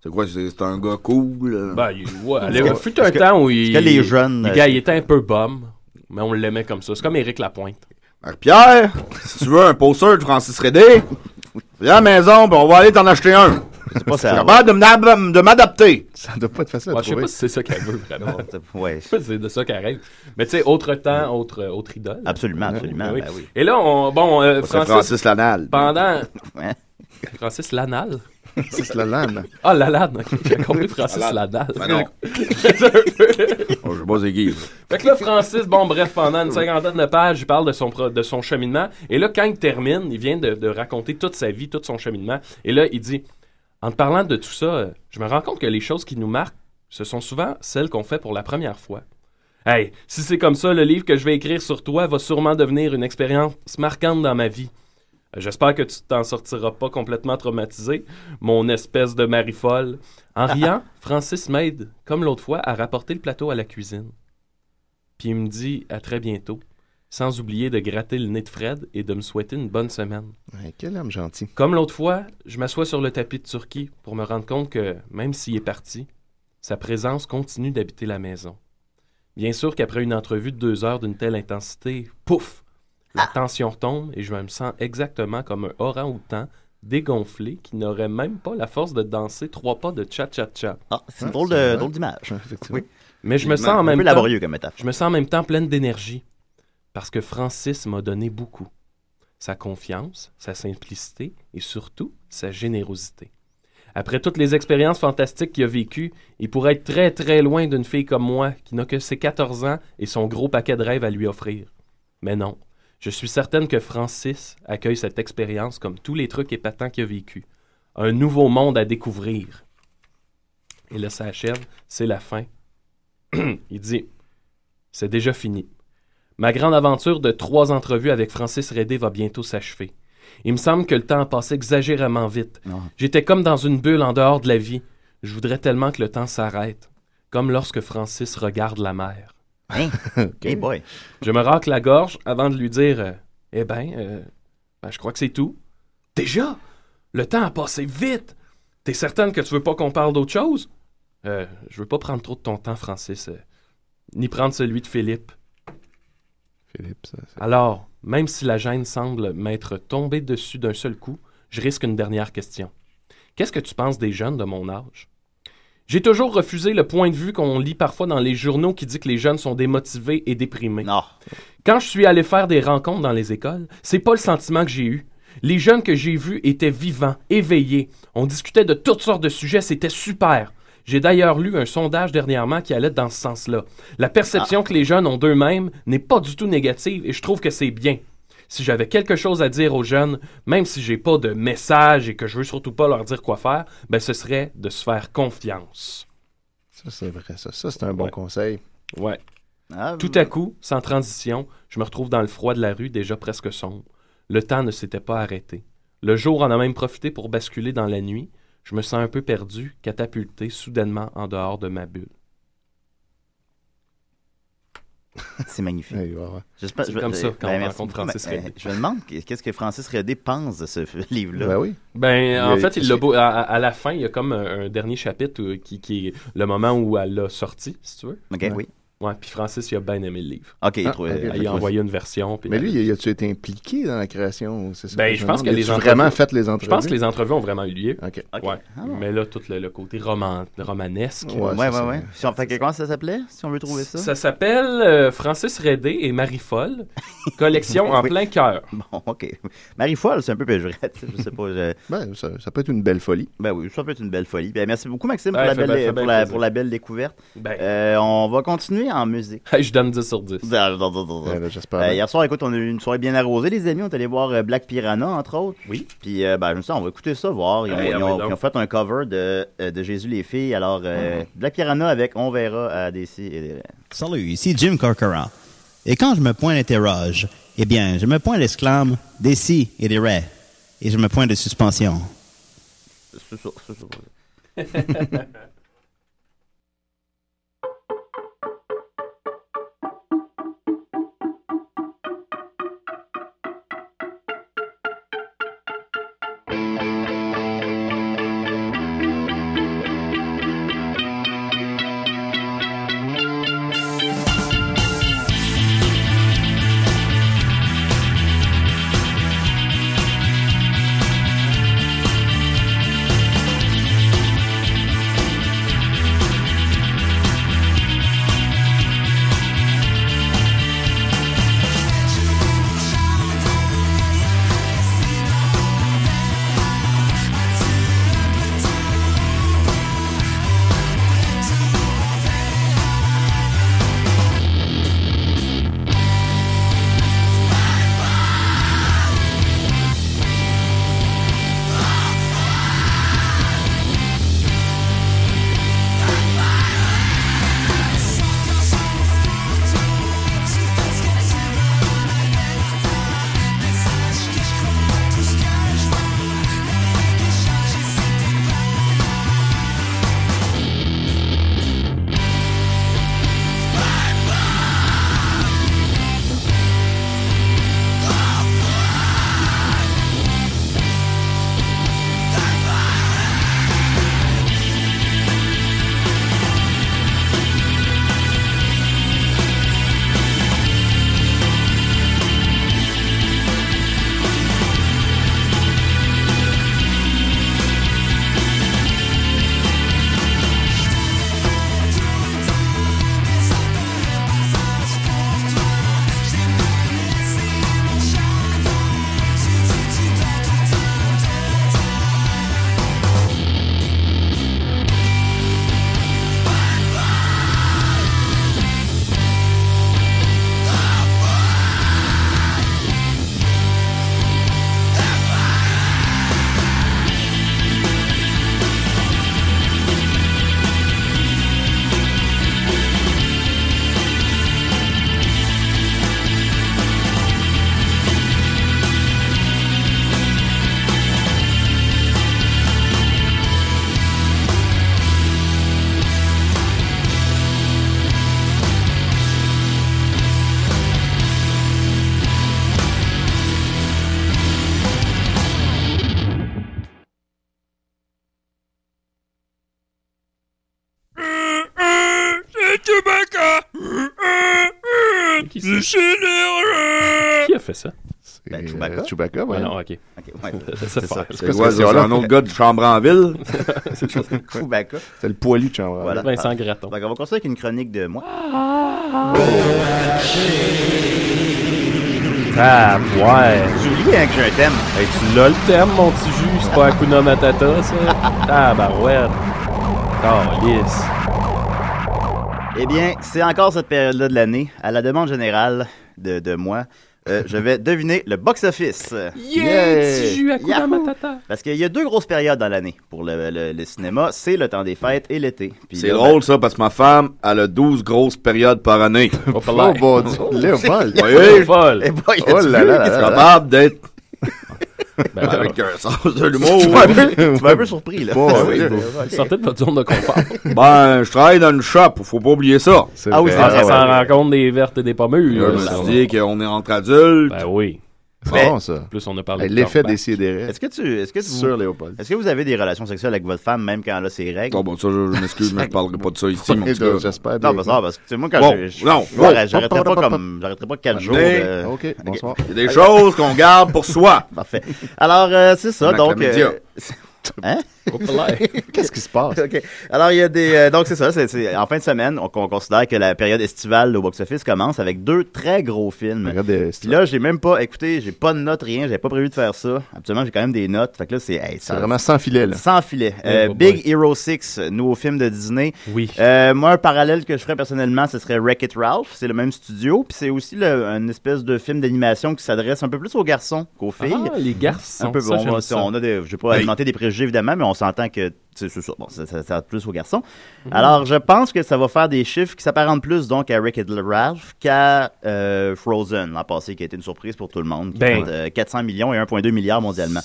M: C'est quoi? C'est c'est un gars cool? euh?
O: Ben, il, ouais,
M: Est-ce
O: il
M: que-
O: fut un
M: est-ce que-
O: temps où il.
M: est-ce que les jeunes,
O: le
M: euh,
O: gars, il était un peu bum, mais on l'aimait comme ça. C'est comme Éric Lapointe.
M: Pierre, si tu veux un poster de Francis Redé, viens à la maison, puis on va aller t'en acheter un.
K: C'est pas
M: Je suis
K: ça.
M: capable de m'adap- de m'adapter.
L: Ça doit pas être facile
O: Ouais, je sais pas si c'est ça qu'elle veut vraiment.
K: Euh, ouais.
O: c'est de ça qu'elle rêve. Mais tu sais, autre temps, autre, autre idole.
K: Absolument,
O: Ouais,
K: absolument,
O: ouais,
K: ben oui.
O: Et là, on, bon, euh,
K: C'est
O: Francis.
K: Francis Lanal.
O: Pendant.
K: Ouais.
O: Francis Lanal.
L: Francis Lanal.
O: Ah, Lanal, ok. J'ai compris Francis
M: Lanal.
O: Lanal.
M: Ben non.
O: C'est un peu-
M: Oh, je sais pas c'est qui. ça.
O: Fait que là, Francis, bon, bref, pendant une cinquantaine de pages, il parle de son, pro- de son cheminement. Et là, quand il termine, il vient de, de raconter toute sa vie, tout son cheminement. Et là, il dit En te parlant de tout ça, euh, je me rends compte que les choses qui nous marquent, ce sont souvent celles qu'on fait pour la première fois. Hey, si c'est comme ça, le livre que je vais écrire sur toi va sûrement devenir une expérience marquante dans ma vie. Euh, J'espère que tu t'en sortiras pas complètement traumatisé, mon espèce de marie folle. En riant, Francis m'aide, comme l'autre fois, à rapporter le plateau à la cuisine. Puis il me dit à très bientôt, sans oublier de gratter le nez de Fred et de me souhaiter une bonne semaine.
L: Ouais, quel homme gentil.
O: Comme l'autre fois, je m'assois sur le tapis de Turquie pour me rendre compte que, même s'il est parti, sa présence continue d'habiter la maison. Bien sûr qu'après une entrevue de deux heures d'une telle intensité, pouf,
K: Ah!
O: la tension retombe et je me sens exactement comme un orang-outan dégonflé qui n'aurait même pas la force de danser trois pas de cha-cha-cha.
K: Ah, c'est une drôle de- drôle d'image. Oui.
O: Mais je me sens en
K: Un
O: même
K: peu
O: temps.
K: laborieux comme métaphore.
O: Je me sens en même temps pleine d'énergie. parce que Francis m'a donné beaucoup. Sa confiance, sa simplicité et surtout sa générosité. Après toutes les expériences fantastiques qu'il a vécues, il pourrait être très très loin d'une fille comme moi qui n'a que ses 14 ans et son gros paquet de rêves à lui offrir. Mais non, je suis certaine que Francis accueille cette expérience comme tous les trucs épatants qu'il a vécu. Un nouveau monde à découvrir. Et là, ça achève, c'est la fin. il dit C'est déjà fini. Ma grande aventure de trois entrevues avec Francis Rédé va bientôt s'achever. Il me semble que le temps a passé exagérément vite. J'étais comme dans une bulle en dehors de la vie. Je voudrais tellement que le temps s'arrête, comme lorsque Francis regarde la mer.
K: Ok, boy.
O: Je me racle la gorge avant de lui dire euh, Eh ben, euh, ben, je crois que c'est tout. Déjà Le temps a passé vite T'es certaine que tu veux pas qu'on parle d'autre chose Euh, Je veux pas prendre trop de ton temps, Francis, euh, ni prendre celui de Philippe.
L: Philippe, ça.
O: Alors, même si la gêne semble m'être tombée dessus d'un seul coup, je risque une dernière question. Qu'est-ce que tu penses des jeunes de mon âge? J'ai toujours refusé le point de vue qu'on lit parfois dans les journaux qui dit que les jeunes sont démotivés et déprimés. Quand je suis allé faire des rencontres dans les écoles, c'est pas le sentiment que j'ai eu. Les jeunes que j'ai vus étaient vivants, éveillés. On discutait de toutes sortes de sujets, c'était super. J'ai d'ailleurs lu un sondage dernièrement qui allait dans ce sens-là. La perception que les jeunes ont d'eux-mêmes n'est pas du tout négative et je trouve que c'est bien. Si j'avais quelque chose à dire aux jeunes, même si j'ai pas de message et que je veux surtout pas leur dire quoi faire, ben ce serait de se faire confiance.
L: Ça, c'est vrai, ça. Ça, c'est un bon conseil.
O: Ouais.
K: Ah,
O: Tout à coup, sans transition, je me retrouve dans le froid de la rue déjà presque sombre. Le temps ne s'était pas arrêté. Le jour en a même profité pour basculer dans la nuit. Je me sens un peu perdu, catapulté soudainement en dehors de ma bulle.
K: C'est magnifique. J'espère-
O: C'est
K: je-
O: comme ça
K: euh,
O: quand
K: ben,
O: on
K: merci
O: rencontre
K: beaucoup,
O: Francis
K: mais, euh,
O: Redé.
K: Je me demande qu'est- qu'est-ce que Francis Redé pense de ce livre-là.
L: Ben oui.
O: Ben, en fait, il l'a
K: l'a
O: beau- à, à- à la fin, il y a comme un, un dernier chapitre euh, qui, qui est le moment où elle l'a sorti, si tu veux.
K: Ok,
O: Ouais.
K: oui.
O: Ouais, puis Francis, il a bien aimé le livre.
K: Ok, il
O: il,
K: a trouvé-
L: Ah,
K: euh,
L: ok,
O: a
L: ok.
O: envoyé une version. puis
L: Mais
O: elle-
L: lui, il a- a-tu été impliqué dans la création? ou C'est ça
O: ben, je
L: me
O: pense que
L: demande?
O: les
L: Il a-tu
O: entrevues...
L: vraiment fait les entrevues.
O: Je pense que les entrevues ont vraiment eu lieu.
K: Ok. Ah
O: Ouais. Mais là, tout le, le côté roman- romanesque.
K: Ouais, ouais, ouais. Si on fait que- comment ça s'appelait, si on veut trouver ça?
O: Ça s'appelle euh, Francis Redé et Marie Folle, collection en
K: Oui.
O: plein cœur.
K: Bon, OK. Marie-Folle, c'est un peu péjoratif, je sais pas. je-
L: Ben, ça, ça peut être une belle folie.
K: Ben oui, ça peut être une belle folie. Ben, merci beaucoup, Maxime,
O: Ouais, fait
K: pour, la
O: bien-
K: belle,
O: fait
K: pour,
O: bien
K: la,
O: plaisir.
K: pour la belle découverte.
O: Ben.
K: Euh, on va continuer en musique. Bah,
O: Hey, je donne 10 sur 10.
L: J'espère.
K: Euh, hier soir, écoute, on a eu une soirée bien arrosée, les amis. On est allé voir euh, Black Piranha, entre autres.
O: Oui.
K: Puis, euh, ben, je me suis dit, on va écouter ça, voir. Ils ont,
O: Hey,
K: ils
O: ah
K: ont-
O: oui, donc. Mm-hmm.
K: ils ont fait un cover de, euh, de Jésus les filles. Alors, euh, Black Piranha avec On verra à DC.
P: Salut, ici Jim Corcoran. Et quand je me pointe l'interroge, eh bien, je me pointe l'exclame des si et des raies. Et je me pointe de suspension.
K: C'est ça, c'est ça.
I: Thank you.
L: ça?
O: Qui a fait ça?
K: Ben, Chewbacca.
L: euh, Chewbacca, ouais.
O: Ah non, ok.
K: Ok, ouais.
O: Ça
K: C'est
O: fait.
K: ça.
O: C'est
M: C'est
O: quoi
M: quoi,
O: ce
M: c'est
O: gars-là?
M: un autre gars de Chambranville?
O: C'est chose-
K: Chewbacca.
L: C'est le poilu de Chambranville.
K: Voilà.
O: Vincent Gratton.
K: Donc, on va continuer avec une chronique de moi.
O: Ah, ouais.
K: Julie, hein, que j'ai un thème.
O: Hey, tu l'as le thème, mon petit jus. C'est pas Hakuna Matata, ça. Ah, bah ouais. Calice.
K: Eh bien, c'est encore cette période-là de l'année. À la demande générale de, de moi, euh, je vais deviner le box-office.
O: Yeah, petit jus Hakuna
K: Yahoo!
O: Matata.
K: Parce qu'il y a deux grosses périodes dans l'année pour le, le- le cinéma. C'est le temps des fêtes et l'été. Puis
M: C'est
K: là, ben,
M: drôle, ça, parce que ma femme, elle a 12 grosses périodes par année.
O: Oh,
L: Oh, bon Dieu. Léopold.
M: Voyez?
O: Vol.
K: Eh boy,
L: Oh
K: tu
L: là là
K: veux que
L: là
M: C'est
L: là.
M: capable d'être
O: Ben,
M: avec un sens de
K: Tu m'as un,
M: l'humour.
K: peu- tu m'as un peu surpris, là.
L: Bon,
K: Ah
L: oui,
K: oui,
L: bon.
K: c'est- ok.
O: Tu sortais de votre zone de confort.
M: Ben, je travaille dans une shop, faut pas oublier ça.
L: C'est
K: Ah oui,
L: vrai.
K: c'est
O: Ça
K: vrai.
O: s'en rend compte des vertes et des pommes.
M: Là, je me suis dit qu'on est entre adultes.
O: Ben oui.
L: C'est bon, ça.
O: En plus, on a parlé
L: Hey,
O: de
L: Ben, L'effet
O: Corban.
L: des sidérés
K: Est-ce que tu, est-ce que
L: sur
K: vous,
L: Léopold.
K: est-ce que vous avez des relations sexuelles avec votre femme même quand elle a ses règles?
M: Oh, bon, ça, je, je m'excuse, mais je parlerai pas de ça ici, mon
L: Et
M: petit
L: donc,
M: gars.
L: J'espère bien.
K: Non, pas ça, parce que tu sais, moi, quand
M: Bon,
K: je, je-
M: non,
K: je- moi,
L: bon.
K: j'arrêterais pas comme, j'arrêterais pas quatre jours.
M: Hey,
K: euh,
L: OK, bonsoir.
M: Il y a des choses qu'on garde pour soi.
K: Parfait. Alors, euh, c'est ça.
M: Avec
K: Donc,
M: le média.
K: euh, c'est- hein?
L: Qu'est-ce qui se passe?
K: OK. Alors, il y a des. euh, donc, c'est ça. c'est- c'est- en fin de semaine, on, on considère que la période estivale au box-office commence avec deux très gros films.
L: Regardez,
K: Puis là, j'ai même pas. Écoutez, j'ai pas de notes, rien. J'avais pas prévu de faire ça. Habituellement, j'ai quand même des notes. Fait que là, c'est. hey,
L: c'est
K: ça-
L: vraiment sans filet, là.
K: Sans filet. Euh,
O: Oh boy.
K: Big Hero 6, nouveau film de Disney.
O: Oui.
K: Euh, moi, un parallèle que je ferais personnellement, ce serait Wreck-It Ralph. C'est le même studio. Puis c'est aussi le- une espèce de film d'animation qui s'adresse un peu plus aux garçons qu'aux filles.
O: Ah, les garçons.
K: un peu,
O: ça,
K: on,
O: j'aime
K: va-
O: ça.
K: on a des, je vais pas
M: Hey.
K: alimenter des préjugés évidemment, mais on s'entend que tu sais, c'est ça, bon, ça, ça, ça a plus aux garçons.
O: Mm-hmm.
K: Alors, je pense que ça va faire des chiffres qui s'apparentent plus donc à Rick et Ralph qu'à euh, Frozen l'an passé, qui a été une surprise pour tout le monde, qui
O: Ben.
K: coûte, euh, 400 millions et 1,2 milliard mondialement.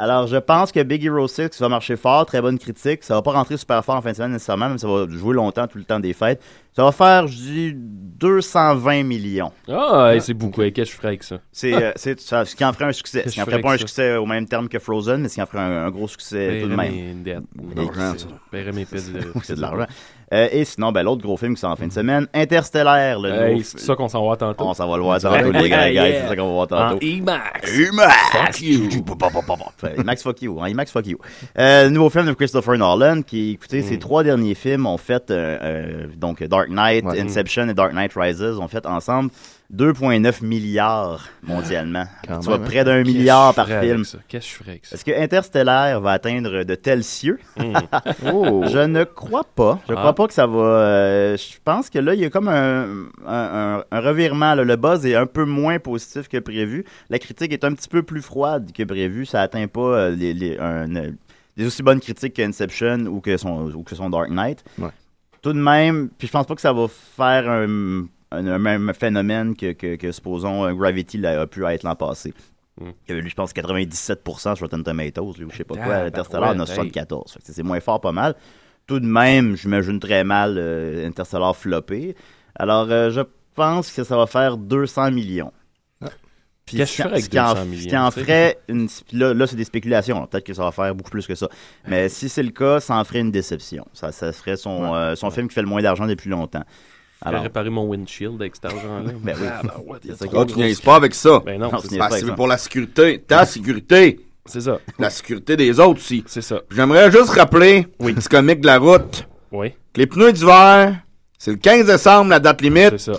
K: Alors, je pense que Big Hero 6 va marcher fort, très bonne critique. Ça va pas rentrer super fort en fin de semaine nécessairement, même ça va jouer longtemps tout le temps des fêtes. Ça va faire, je dis, 220 millions.
O: Ah, hey, c'est beaucoup. Hey, Qu'est-ce que je ferais avec ça?
K: C'est euh, c'est- ça- ce qui en ferait un succès. Ce qui en ferait pas un
O: Qu'est-ce que je
K: succès au même terme que Frozen, mais ce qui en ferait un, un gros succès tout de même.
O: mes dettes.
M: l'argent, ça.
O: Paierais mes pièces de...
K: C'est de l'argent. Euh, et sinon, ben, l'autre gros film qui sort en fin de semaine, Interstellaire. Le nouveau
O: Hey,
K: fi-
O: c'est ça qu'on s'en va tantôt.
K: On s'en va le voir tantôt, les gars, les gars, c'est ça qu'on va voir
O: En
K: tantôt.
O: IMAX.
K: Fuck you. Fait, Max fuck you, hein, Max fuck you. Euh, nouveau film de Christopher Nolan qui, écoutez, ses trois derniers films ont fait, euh, euh, donc Dark Knight,
L: Ouais.
K: Inception et Dark Knight Rises ont fait ensemble 2,9 milliards mondialement.
O: Ah,
L: Quand
K: tu vois,
L: même, hein.
K: près d'un milliard par
O: Qu'est-ce que je ferais
K: film.
O: avec ça? Qu'est-ce que je ferais avec ça? Hmm.
K: Est-ce que Interstellaire va atteindre de tels cieux?
L: Oh!
K: Je ne crois pas. Je
O: Ah.
K: crois pas que ça va. euh, je pense que là, il y a comme un, un- un- un revirement. là. Le buzz est un peu moins positif que prévu. La critique est un petit peu plus froide que prévu. Ça atteint pas euh, les, les- un, euh, des aussi bonnes critiques que Inception ou que son, ou que son Dark Knight.
L: Ouais.
K: Tout de même, puis je pense pas que ça va faire un, un- un même phénomène que, que, que, supposons, euh, Gravity l'a- a pu être l'an passé.
O: Mm.
K: Il y avait, lui, je pense, 97% sur Rotten Tomatoes, lui, ou je sais pas quoi.
O: Ah,
K: Interstellar,
O: ben
K: on a
O: ouais, hey.
K: 74. Fait que C'est moins fort, pas mal. Tout de même, j'imagine très mal euh, Interstellar floppé. Alors, euh, je pense que ça va faire 200 millions. Puis
O: Qu'est-ce que je ferais avec
K: ce qui en-
O: 200 millions,
K: Ce qui en
O: tu sais?
K: ferait une. Là, là, c'est des spéculations. Peut-être que ça va faire beaucoup plus que ça. Mais si c'est le cas, ça en ferait une déception. Ça, ça serait son, euh, son film qui fait le moins d'argent depuis longtemps.
O: Je vais
K: Alors,
O: réparer mon windshield avec cet argent-là.
K: Ben oui.
O: Ah, ben ouais, il y a
K: C'est ça
O: trop
M: Là,
O: de
M: tu
O: grosses-
M: niaises pas avec ça.
O: Ben non,
K: Non,
O: c'est
K: tu
O: ça.
K: niaises pas
M: Parce que
K: avec
M: c'est
K: ça.
M: pour la sécurité. Ta sécurité.
O: C'est ça.
M: La sécurité des autres aussi.
O: C'est ça.
M: J'aimerais juste rappeler, petit comique de la route,
O: Oui,
M: que les pneus d'hiver, c'est le 15 décembre la date limite,
O: c'est ça.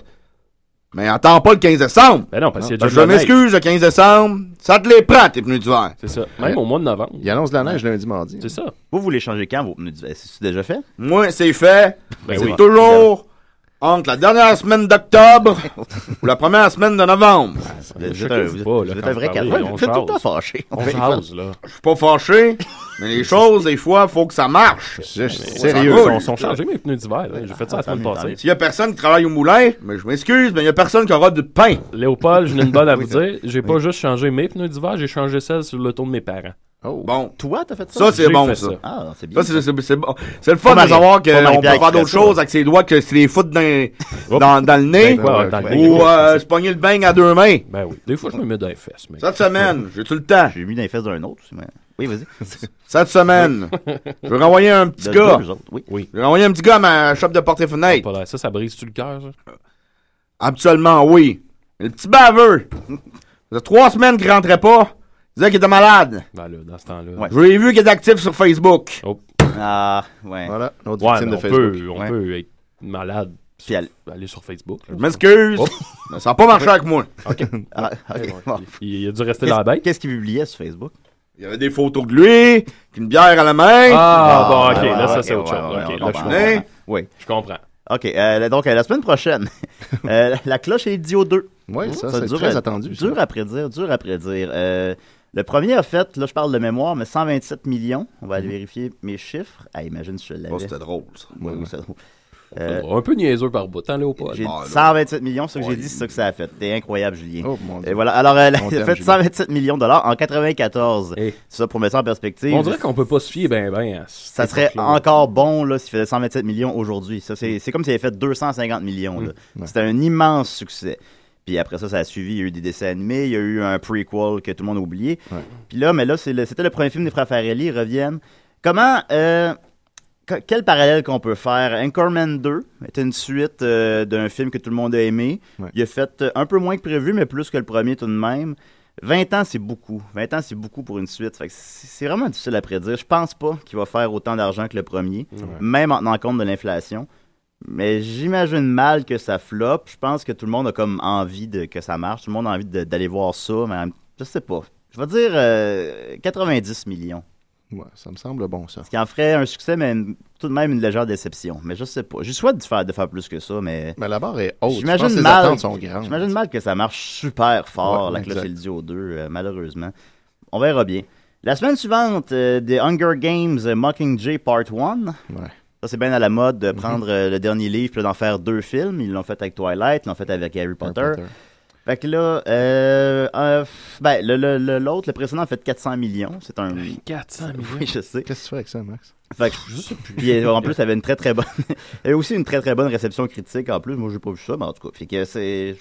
M: mais attends pas le 15 décembre.
O: Ben non, parce qu'il y a
M: Parce
O: déjà
M: que je
O: de la neige.
M: m'excuse, le 15 décembre, ça te les prend tes pneus d'hiver.
O: C'est ça. Même au mois de novembre.
L: Il annonce de la neige lundi, mardi.
O: C'est ça.
K: vous voulez changer quand vos pneus d'hiver? C'est déjà fait?
M: Moi, c'est fait.
O: Ben
M: c'est
O: oui.
M: toujours entre la dernière semaine d'octobre ou la première semaine de novembre.
K: Vous êtes,
O: Je
K: un,
O: te
K: vous
O: dis
K: êtes-
O: pas, là,
K: vous êtes
O: quand
K: un
O: vous
K: vrai
O: parlez,
K: calvaire.
O: on
K: Vous êtes tout le temps
O: jase.
K: fâché.
O: On jase, là.
M: Je suis pas fâché, mais les choses, des fois, faut que ça marche.
L: Je- je-
O: Mais
L: Sérieux.
O: Ils sont, sont changés mes pneus d'hiver. là. J'ai fait ça la semaine passée.
M: S'il y a personne qui travaille au moulin, mais je m'excuse, mais il y a personne qui aura du pain.
O: Léopold, j'ai une bonne à vous dire. J'ai pas juste changé mes pneus d'hiver, j'ai changé celle sur le tour de mes parents.
L: Oh.
M: Bon,
K: Toi, t'as fait ça?
M: ça, c'est
O: J'ai
M: bon,
O: fait
M: ça.
O: ça.
K: Ah, c'est bien.
M: Ça, c'est, c'est, c'est bon. C'est le fun
K: Pas
M: de savoir
K: Marie- pas
M: qu'on peut
K: Marie-Pierre
M: faire
K: qui
M: d'autres
K: fait ça.
M: choses avec ses doigts que se les foutre dans,
O: Oups.
M: dans, dans le nez
O: Ben, quoi, dans le nez.
M: ou euh, se pogner le bain à deux mains.
O: Ben oui. Des fois, je me mets dans les fesses. Mais...
M: Cette semaine, j'ai tout le temps.
K: J'ai mis dans les fesses d'un autre. aussi, mais- Oui, vas-y.
M: Cette semaine, je vais renvoyer un petit
K: De
M: gars.
K: deux autres, oui.
M: Je vais renvoyer un petit gars à ma shop de porte-fenêtre.
O: Pas l'air. Ça, ça brise-tu le cœur, ça?
M: Absolument, Euh, oui. Le petit baveux. Ça faisait trois semaines qu'il rentrait pas. Il disait qu'il était malade.
O: Ben là, dans ce temps-là.
M: Je l'ai vu qu'il était actif sur Facebook.
K: Ah, ouais.
L: Voilà, notre
O: Ouais,
L: victime
O: mais
L: de
O: on
L: Facebook.
O: peut, on
L: Ouais.
O: peut être malade. Puis aller, sur Facebook.
M: Je m'excuse.
L: Oh.
M: Mais ça n'a pas marché avec moi.
O: OK.
K: Ah, ok. Bon.
O: Il, il a dû rester
K: Qu'est-ce-
O: dans la bête.
K: Qu'est-ce qu'il publiait sur Facebook?
M: Il y avait des photos de lui, avec une bière à la main.
O: Ah,
K: Ah,
O: bon, ok,
K: ouais,
O: là, ça,
K: ouais,
O: c'est autre
K: ouais,
O: chose.
K: ouais,
O: Ok,
K: on
O: là, je
K: comprend.
O: comprends.
K: Mais- Oui.
O: Je comprends.
K: OK. euh, donc, euh, la semaine prochaine, euh, la cloche et Dio 2.
L: Oui, ça, c'est
K: dure
L: très
K: à-
L: attendu, ça.
K: Dur à prédire, dur à prédire. Euh, le premier a fait, là, je parle de mémoire, mais 127 millions. On va aller vérifier mes chiffres. Ah, imagine si je l'avais.
M: Mhm. Oh, c'était drôle, ça.
K: Oui, oui, c'était drôle. Euh,
O: Un peu niaiseux par bout. Tant Léopold.
K: j'ai dit
O: Ah, là.
K: 127 millions, ce que j'ai dit, c'est ça que ça a fait. T'es incroyable, Julien.
L: Oh, mon Dieu.
K: Et voilà. Alors, euh, la-
L: On
K: il a
L: t'aime,
K: fait
L: Julien.
K: 127 millions de dollars en 94. Ça, pour mettre ça en perspective.
O: On dirait qu'on peut pas se fier ben ben à cette
K: ça serait
O: époque-là.
K: encore bon là, s'il faisait 127 millions aujourd'hui. Ça, c'est, c'est comme s'il avait fait 250 millions. là.
O: Mmh,
K: C'était un immense succès. Puis après ça, ça a suivi. Il y a eu des dessins animés, il y a eu un prequel que tout le monde a oublié. Puis là, mais là, c'est le- c'était le premier film des frères Farrelly. Ils reviennent. Comment. euh, que- quel parallèle qu'on peut faire? Anchorman 2 était une suite euh, d'un film que tout le monde a aimé. Il a fait euh, un peu moins que prévu, mais plus que le premier tout de même. 20 ans, c'est beaucoup. 20 ans, c'est beaucoup pour une suite. Fait que c'est c'est vraiment difficile à prédire. Je pense pas qu'il va faire autant d'argent que le premier, même en tenant compte de l'inflation. Mais j'imagine mal que ça floppe. Je pense que tout le monde a comme envie de, que ça marche. Tout le monde a envie de- d'aller voir ça. Mais en- je sais pas. Je vais dire euh, 90 millions.
L: Ouais, ça me semble bon, ça.
K: Ce qui en ferait un succès, mais une- tout de même une légère déception. Mais je sais pas. Je souhaite de faire, de faire plus que ça, mais.
L: Mais la barre est haute. Je
K: J'imagine
L: pense que les
K: mal-
L: attentes sont grandes.
K: J'imagine mal que ça marche super fort,
L: Ouais,
K: la cloche
L: exact.
K: et le duo 2, euh, malheureusement. On verra bien. La semaine suivante, euh, des Hunger Games euh, Mockingjay Part 1. Ça, c'est bien à la mode
L: Mhm.
K: de prendre euh, le dernier livre puis d'en faire deux films. Ils l'ont fait avec Twilight, ils l'ont fait avec Harry Potter.
L: Potter.
K: Fait que là, euh, euh, ben, le- le- le- l'autre, le, précédent, a fait 400 millions. C'est un.
O: 400 millions.
K: Oui, je sais.
L: Qu'est-ce que tu fais avec ça, Max?
K: Fait que- Puis euh, en plus, elle avait une très très bonne. Elle avait aussi une très très bonne réception critique en plus. Moi, j'ai pas vu ça, mais en tout cas. Fait que c'est.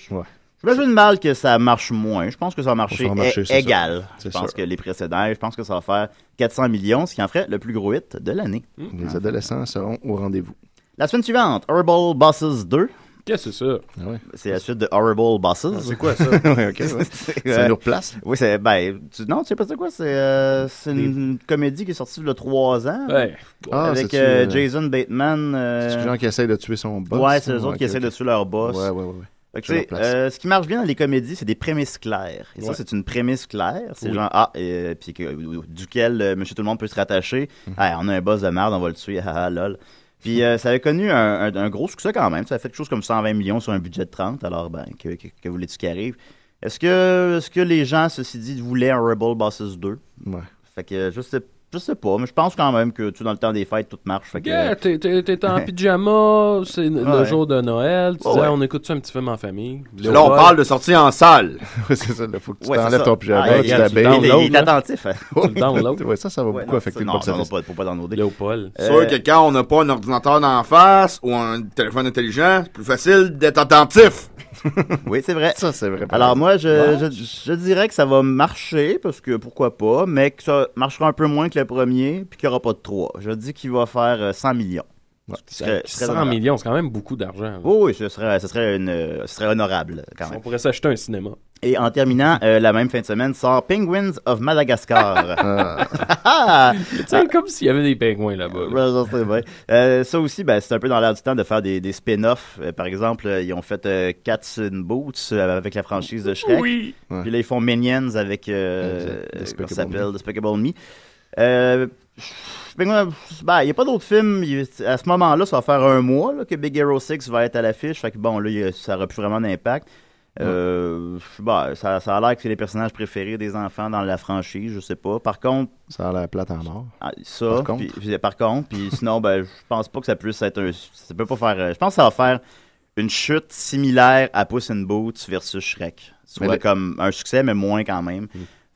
K: J'imagine mal que ça marche moins. Je pense que ça va marcher,
L: Ça va marcher,
K: é-
L: c'est
K: égal.
L: sûr.
K: Je
L: C'est
K: pense
L: sûr.
K: que les précédents, je pense que ça va faire 400 millions, ce qui en ferait le plus gros hit de l'année.
L: Les adolescents seront au rendez-vous.
K: La semaine suivante, Horrible Bosses 2.
O: Qu'est-ce que c'est ça?
L: Ah
K: C'est la suite de Horrible Bosses. euh,
O: c'est quoi ça?
L: Ouais, ok, ouais.
M: Euh,
L: Ça nous replace.
K: Oui, c'est. Ben, tu- non, tu sais pas c'est quoi? C'est euh, c'est une comédie qui est sortie il y a 3 ans.
O: Ouais.
L: Ah,
K: avec
L: c'est-tu,
K: euh,
L: euh,
K: Jason Bateman. euh,
L: C'est les gens qui essayent de tuer son boss.
K: Ouais, c'est eux
L: Ouais,
K: autres qui
L: ok,
K: essaient
L: ok.
K: de tuer leur boss.
L: Ouais, ouais, ouais, ouais.
K: Fait que,
L: Sur leur
K: tu sais,
L: place.
K: euh, ce qui marche bien dans les comédies, c'est des prémices claires. Et ça,
L: Ouais.
K: c'est une prémisse claire. C'est
L: Oui.
K: genre, ah, et, puis que- ou- ou- duquel euh, Monsieur Tout-le-Monde peut se rattacher.
L: Mhm.
K: Ah, on a un boss de merde, on va le tuer, ah, ah, lol. Puis euh, ça avait connu un, un- un gros succès quand même. Ça a fait quelque chose comme 120 millions sur un budget de 30. Alors, ben, que, que- que voulais-tu qu'il arrive? Est-ce que, est que les gens, ceci dit, voulaient un Rebel Bosses 2?
L: Ouais.
K: Fait que euh, je sais, je sais pas, mais je pense quand même que tu sais, dans le temps des fêtes, tout marche. Fait que,
O: Yeah, t'es- t'es t'es en pyjama, c'est n- le
K: Ouais.
O: jour de Noël, tu
K: Ouais,
O: disais,
K: ouais.
O: on écoute ça un petit film en famille.
M: Là, on parle de sortir en salle.
L: Ouais, c'est ça, il faut que tu
K: Ouais, c'est
L: t'enlèves
K: ça.
L: ton pyjama,
K: Ah,
L: tu
K: il- il- il-
L: t'habilles.
K: Il est attentif. hein.
L: Ouais,
O: Tu le downloads.
L: ouais, ça, ça va
K: Ouais,
L: beaucoup
K: non,
L: affecter
K: ça,
L: le
K: non, non,
L: pourcentage.
K: pas, faut pas downloader.
O: Léopold.
K: Euh,
M: sûr que quand on n'a pas un ordinateur d'en face ou un téléphone intelligent, c'est plus facile d'être attentif.
K: oui, c'est vrai.
L: Ça, c'est vrai.
K: Alors moi, je, je, je dirais que ça va marcher, parce que pourquoi pas, mais que ça marchera un peu moins que le premier, puis qu'il n'y aura pas de 3. Je dis qu'il va faire euh, 100 millions. Ce qui serait- ce serait
O: 100
K: honorable.
O: millions, c'est quand même beaucoup d'argent. là.
K: Oui, oui, ce serait, ce serait, une, euh, ce serait honorable quand
O: On
K: même.
O: pourrait s'acheter un cinéma.
K: Et en terminant, euh, la même fin de semaine sort Penguins of Madagascar.
O: Tu sais, comme s'il y avait des pingouins là-bas. là.
K: Ouais, ça, c'est vrai. Euh, ça aussi, ben, c'est un peu dans l'air du temps de faire des, des spin-offs. Euh, par exemple, euh, ils ont fait euh, Cats in Boots euh, avec la franchise de Shrek.
O: Oui.
K: Puis là, ils font Minions avec euh,
L: Exact.
K: euh,
L: Despicable
K: comment ça s'appelle?
L: Me.
K: Despicable Me. Euh, ben, moi, ben, il n'y a pas d'autres films. Il- À ce moment-là, ça va faire un mois là, que Big Hero 6 va être à l'affiche. Fait que bon, là, il y a- ça n'aura plus vraiment d'impact. Euh, ben, ça, ça a l'air que c'est les personnages préférés des enfants dans la franchise, je sais pas. Par contre,
L: Ça a l'air plate en mort.
K: ah, ça,
L: Par
K: par
L: contre.
K: contre. Puis, puis- par contre, puis sinon, ben, je pense pas que ça puisse être un. Ça peut pas faire. euh, Je pense que ça va faire une chute similaire à Puss in Boots versus Shrek. Soit
L: Mais le- Mm.
K: comme un succès, mais moins quand même.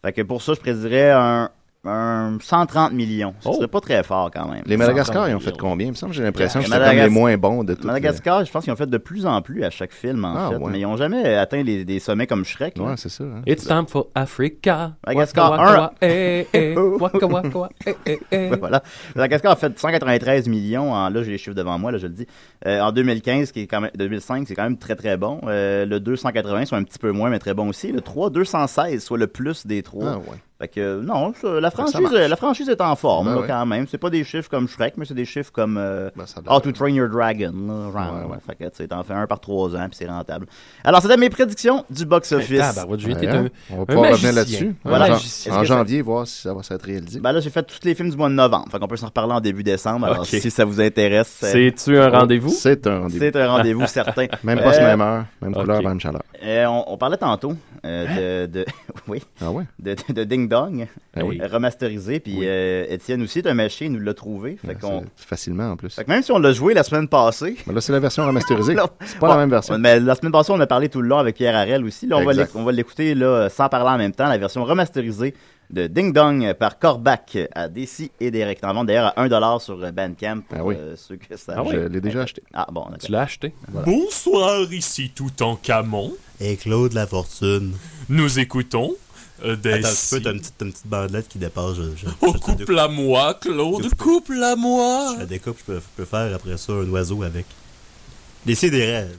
K: Fait que pour ça, je prédirais un un 130 millions. Ce serait pas très fort quand même.
L: Oh! Les Madagascar, ils ont fait combien? Il me semble j'ai l'impression que c'était comme les moins bons de tous.
K: Madagascar, je pense qu'ils ont fait de plus en plus à chaque film, en
L: Ah,
K: fait.
L: ouais.
K: Mais ils n'ont jamais atteint les- des sommets comme Shrek. là.
L: Ouais, c'est ça. hein.
O: It's time for Africa.
K: Madagascar
O: Waka,
K: un.
O: waka, eh, eh, waka, waka, eh, eh, eh.
K: Ouais, voilà. Madagascar a fait 193 millions. En, là, j'ai les chiffres devant moi, là, je le dis. Euh, en 2015, qui est quand même, 2005, c'est quand même très, très bon. Euh, le 280, soit un petit peu moins, mais très bon aussi. Le 3, 216, soit le plus des trois.
L: Ah, ouais.
K: Fait que, euh, non, ça- la
L: Ça marche.
K: franchise, euh, la franchise est en forme,
L: Ben
K: là,
L: ouais. Ben,
K: quand même. C'est pas des chiffres comme Shrek, mais c'est des chiffres comme euh,
L: a l'air.
K: How to Train Your Dragon. là, genre, Fait que, tu sais, t'en fais un par trois ans, puis c'est rentable. Alors, c'était mes prédictions du
L: Eh,
K: box-office.
O: Ben, tabarouette, j'ai été un-
L: on va
O: un
L: pouvoir revenir
O: magicien.
L: là-dessus.
K: Voilà.
L: En,
K: Est-ce
L: en
K: que ça-
L: janvier, voir si ça va s'être réalisé.
K: Ben là, j'ai fait tous les films du mois de novembre. Fait qu'on peut s'en reparler en début décembre. Alors,
L: Ok.
K: si ça vous intéresse. euh,
O: C'est-tu un rendez-vous?
L: C'est un rendez-vous.
K: C'est un rendez-vous certain.
L: Même pas ce
K: Euh,
L: même heure, même couleur, même chaleur.
K: euh, on, on parlait tantôt euh, de, de- oui,
L: Ah
K: de, de- de Ding Dong,
L: Ben Hein? oui.
K: euh, remasterisé. Puis euh, Étienne aussi est un machin, il nous l'a trouvé. Fait, qu'on-
L: Facilement en plus.
K: fait que même si on l'a joué la semaine passée.
L: Mais là, c'est la version remasterisée.
K: là,
L: C'est pas
K: on-
L: la même version.
K: Mais la semaine passée, on a parlé tout le long avec Pierre Harel aussi. Là, on va
L: Exact.
K: l'éc- on va l'écouter là, sans parler en même temps, la version remasterisée de Ding Dong par Corbac à DC et Direct. En vente d'ailleurs à 1$ sur euh, Bandcamp pour
L: Ah oui.
K: euh, ceux que ça
L: Je l'ai déjà acheté.
K: Ah bon, d'accord.
O: Tu l'as acheté?
Q: Bonsoir, ici tout en Camon.
R: Et Claude La Fortune.
Q: Nous écoutons euh, des.
R: Attends, un petit peu, t'as une petite, t'as une petite bandelette qui dépasse. Je, je,
Q: Oh, couple à moi, Claude, couple à moi.
R: je la découpe, je peux, je peux faire après ça un oiseau avec. Des des rêves.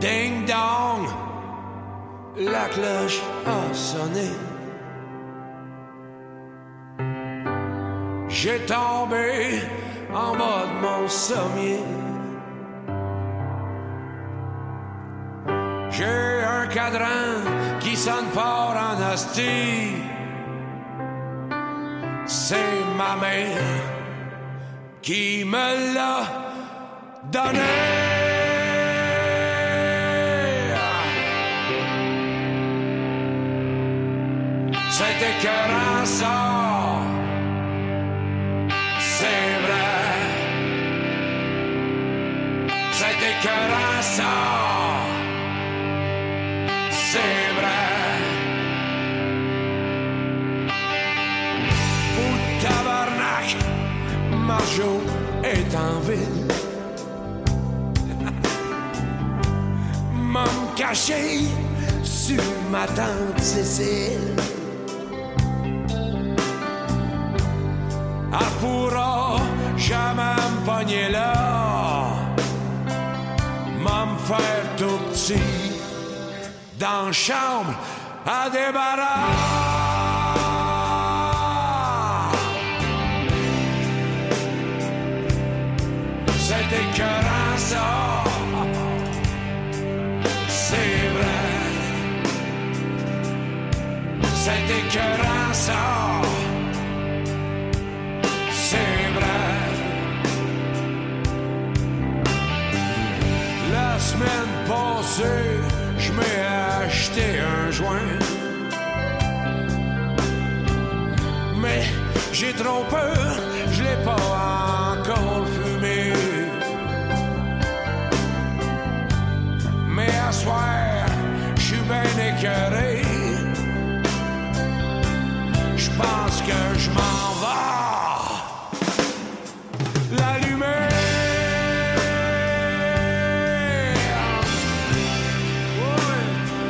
I: Ding dong, la cloche a sonné. J'ai tombé en bas de mon sommier. J'ai un cadran qui sonne fort en hostie. C'est ma mère qui me l'a donné. Cet écœurant sort, c'est vrai. Cet écœurant sort, c'est vrai. Au tabarnak, Marjo est en ville. M'en cacher sur ma tante Cécile. Elle pourra jamais me pogner là. M'en faire tout petit dans la chambre à débarras. C'est écœurant ça. C'est vrai. C'est écœurant ça. C'est vrai. La semaine passée, je m'ai acheté un joint. Mais j'ai trop peur, je l'ai pas encore fumé. Mais à soir, je suis bien écœuré. Je pense que je m'en vais l'allumer. Ouais.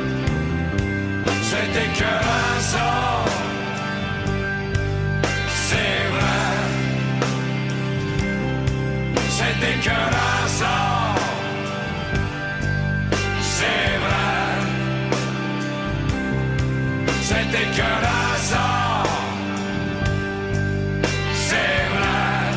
I: C'est écœurant ça, c'est vrai. C'est écœurant ça, c'est vrai. C'est écœurant ça, c'est vrai.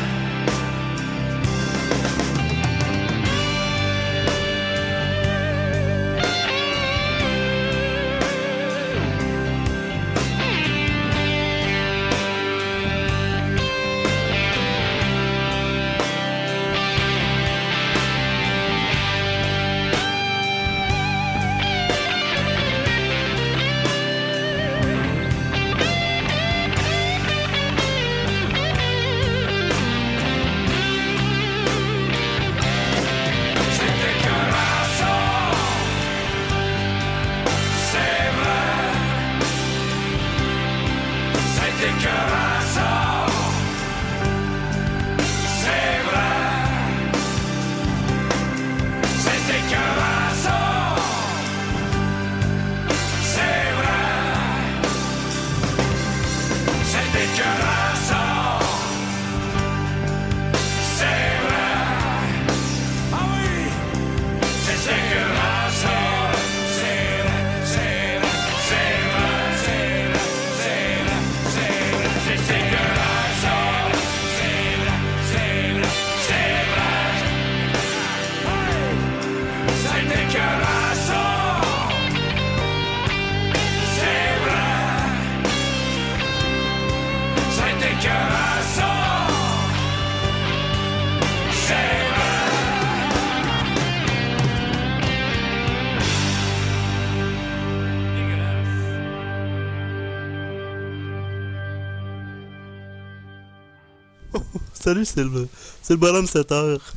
R: Salut, c'est le, c'est le bonhomme 7 heures.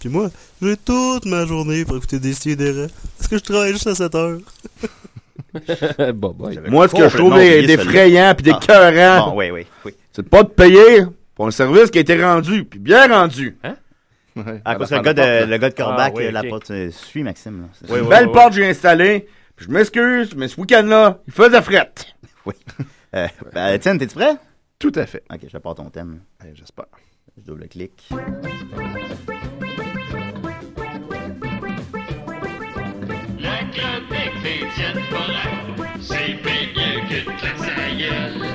R: Puis moi, j'ai toute ma journée pour écouter des sidérés. Parce que je travaille juste à 7 heures.
O: bon, bon.
M: Moi, ce que je trouve
K: oublié
M: d'effrayant puis
K: celui-là.
M: d'écœurant,
K: Bon, Ah, oui, oui. oui.
M: c'est de pas de payer pour un service qui a été rendu, puis bien rendu.
O: Hein?
K: À cause Ah, que le gars de, le gars de Corbac, la porte, euh, suis Maxime. Là.
M: C'est une belle porte que j'ai installée. Puis je m'excuse, mais ce week-end-là, il faisait frette.
K: Oui. Euh, ben, Étienne, t'es-tu prêt?
L: Tout à fait.
K: Ok, je pars ton thème.
L: J'espère.
K: Je double-clique.
I: La chronique d'Étienne Forêt, c'est bien mieux que de la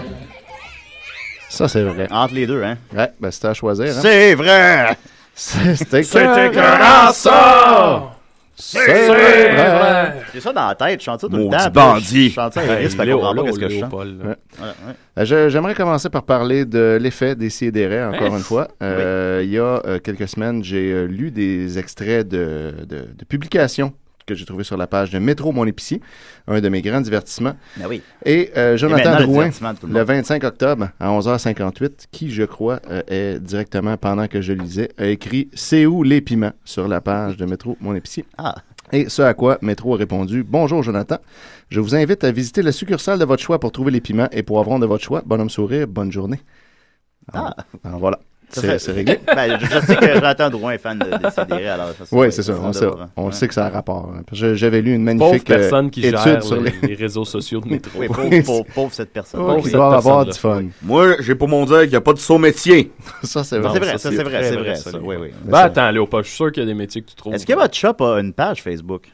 L: Ça, c'est vrai.
K: Entre les deux, hein?
L: Ouais, ben c'était à choisir. Hein?
K: C'est vrai!
L: C'est- C'était
I: C'était
L: écœurant,
I: ça!
L: C'est vrai!
K: J'ai ça dans la tête, je chante ça tout
M: Maudit
K: le temps.
M: bandit.
K: Je chante ça à Iris,
O: Hey,
K: fait qu'on
O: Léo,
K: comprend pas
O: Léo,
K: qu'est-ce que je
O: Léo,
K: chante.
O: Paul, là.
K: Ouais, ouais.
L: Euh, je- J'aimerais commencer par parler de l'effet des sidérés, encore
O: Hein?
L: une fois. Euh, Il y a euh, quelques semaines, j'ai euh, lu des extraits de, de- de publications que j'ai trouvées sur la page de Métro Mon Épicie, un de mes grands divertissements.
K: Ben oui.
L: Et euh,
K: Et maintenant,
L: Jonathan
K: le
L: Drouin,
K: divertissement de tout le
L: le,
K: monde.
L: 25 octobre à 11h58, qui, je crois, euh, est directement pendant que je lisais, a écrit « C'est où les piments? » sur la page de Métro Mon Épicie.
K: Ah.
L: Et ce à quoi Métro a répondu Bonjour Jonathan, je vous invite à visiter la succursale de votre choix pour trouver les piments et poivrons de votre choix. Bonhomme sourire, bonne journée.
K: Ah.
L: Alors voilà,
K: Ça
L: c'est
K: fait-
L: c'est réglé.
K: Ben, je, je sais que Jonathan Drouin est fan de Décidéré, alors ça,
L: Oui, c'est ça, on,
K: doit
L: sait,
K: voir, hein.
L: on le
K: Ouais.
L: sait que ça a rapport. hein. Parce que J'avais lu une
O: Pauvre
L: magnifique euh,
O: personne qui
L: étude
O: gère
L: sur
O: les,
L: les...
O: les réseaux sociaux de métro.
K: Oui, pauvre,
L: Oui,
K: pauvre, pauvre cette personne.
L: Oh,
O: Pauvre
L: qui
O: cette
L: doivent avoir du
O: personne-là.
L: fun.
M: Moi, j'ai pour mon dire qu'il n'y a pas de saut métier.
L: Ça, c'est
K: Ça,
L: vrai.
K: c'est vrai, ça, c'est vrai,
O: très
K: c'est
O: vrai,
K: vrai.
O: ça,
K: ça,
O: les
K: Oui, oui.
O: Ben attends, Léopold, je suis sûr qu'il y a des métiers que tu trouves.
K: Est-ce que votre shop a une page Facebook?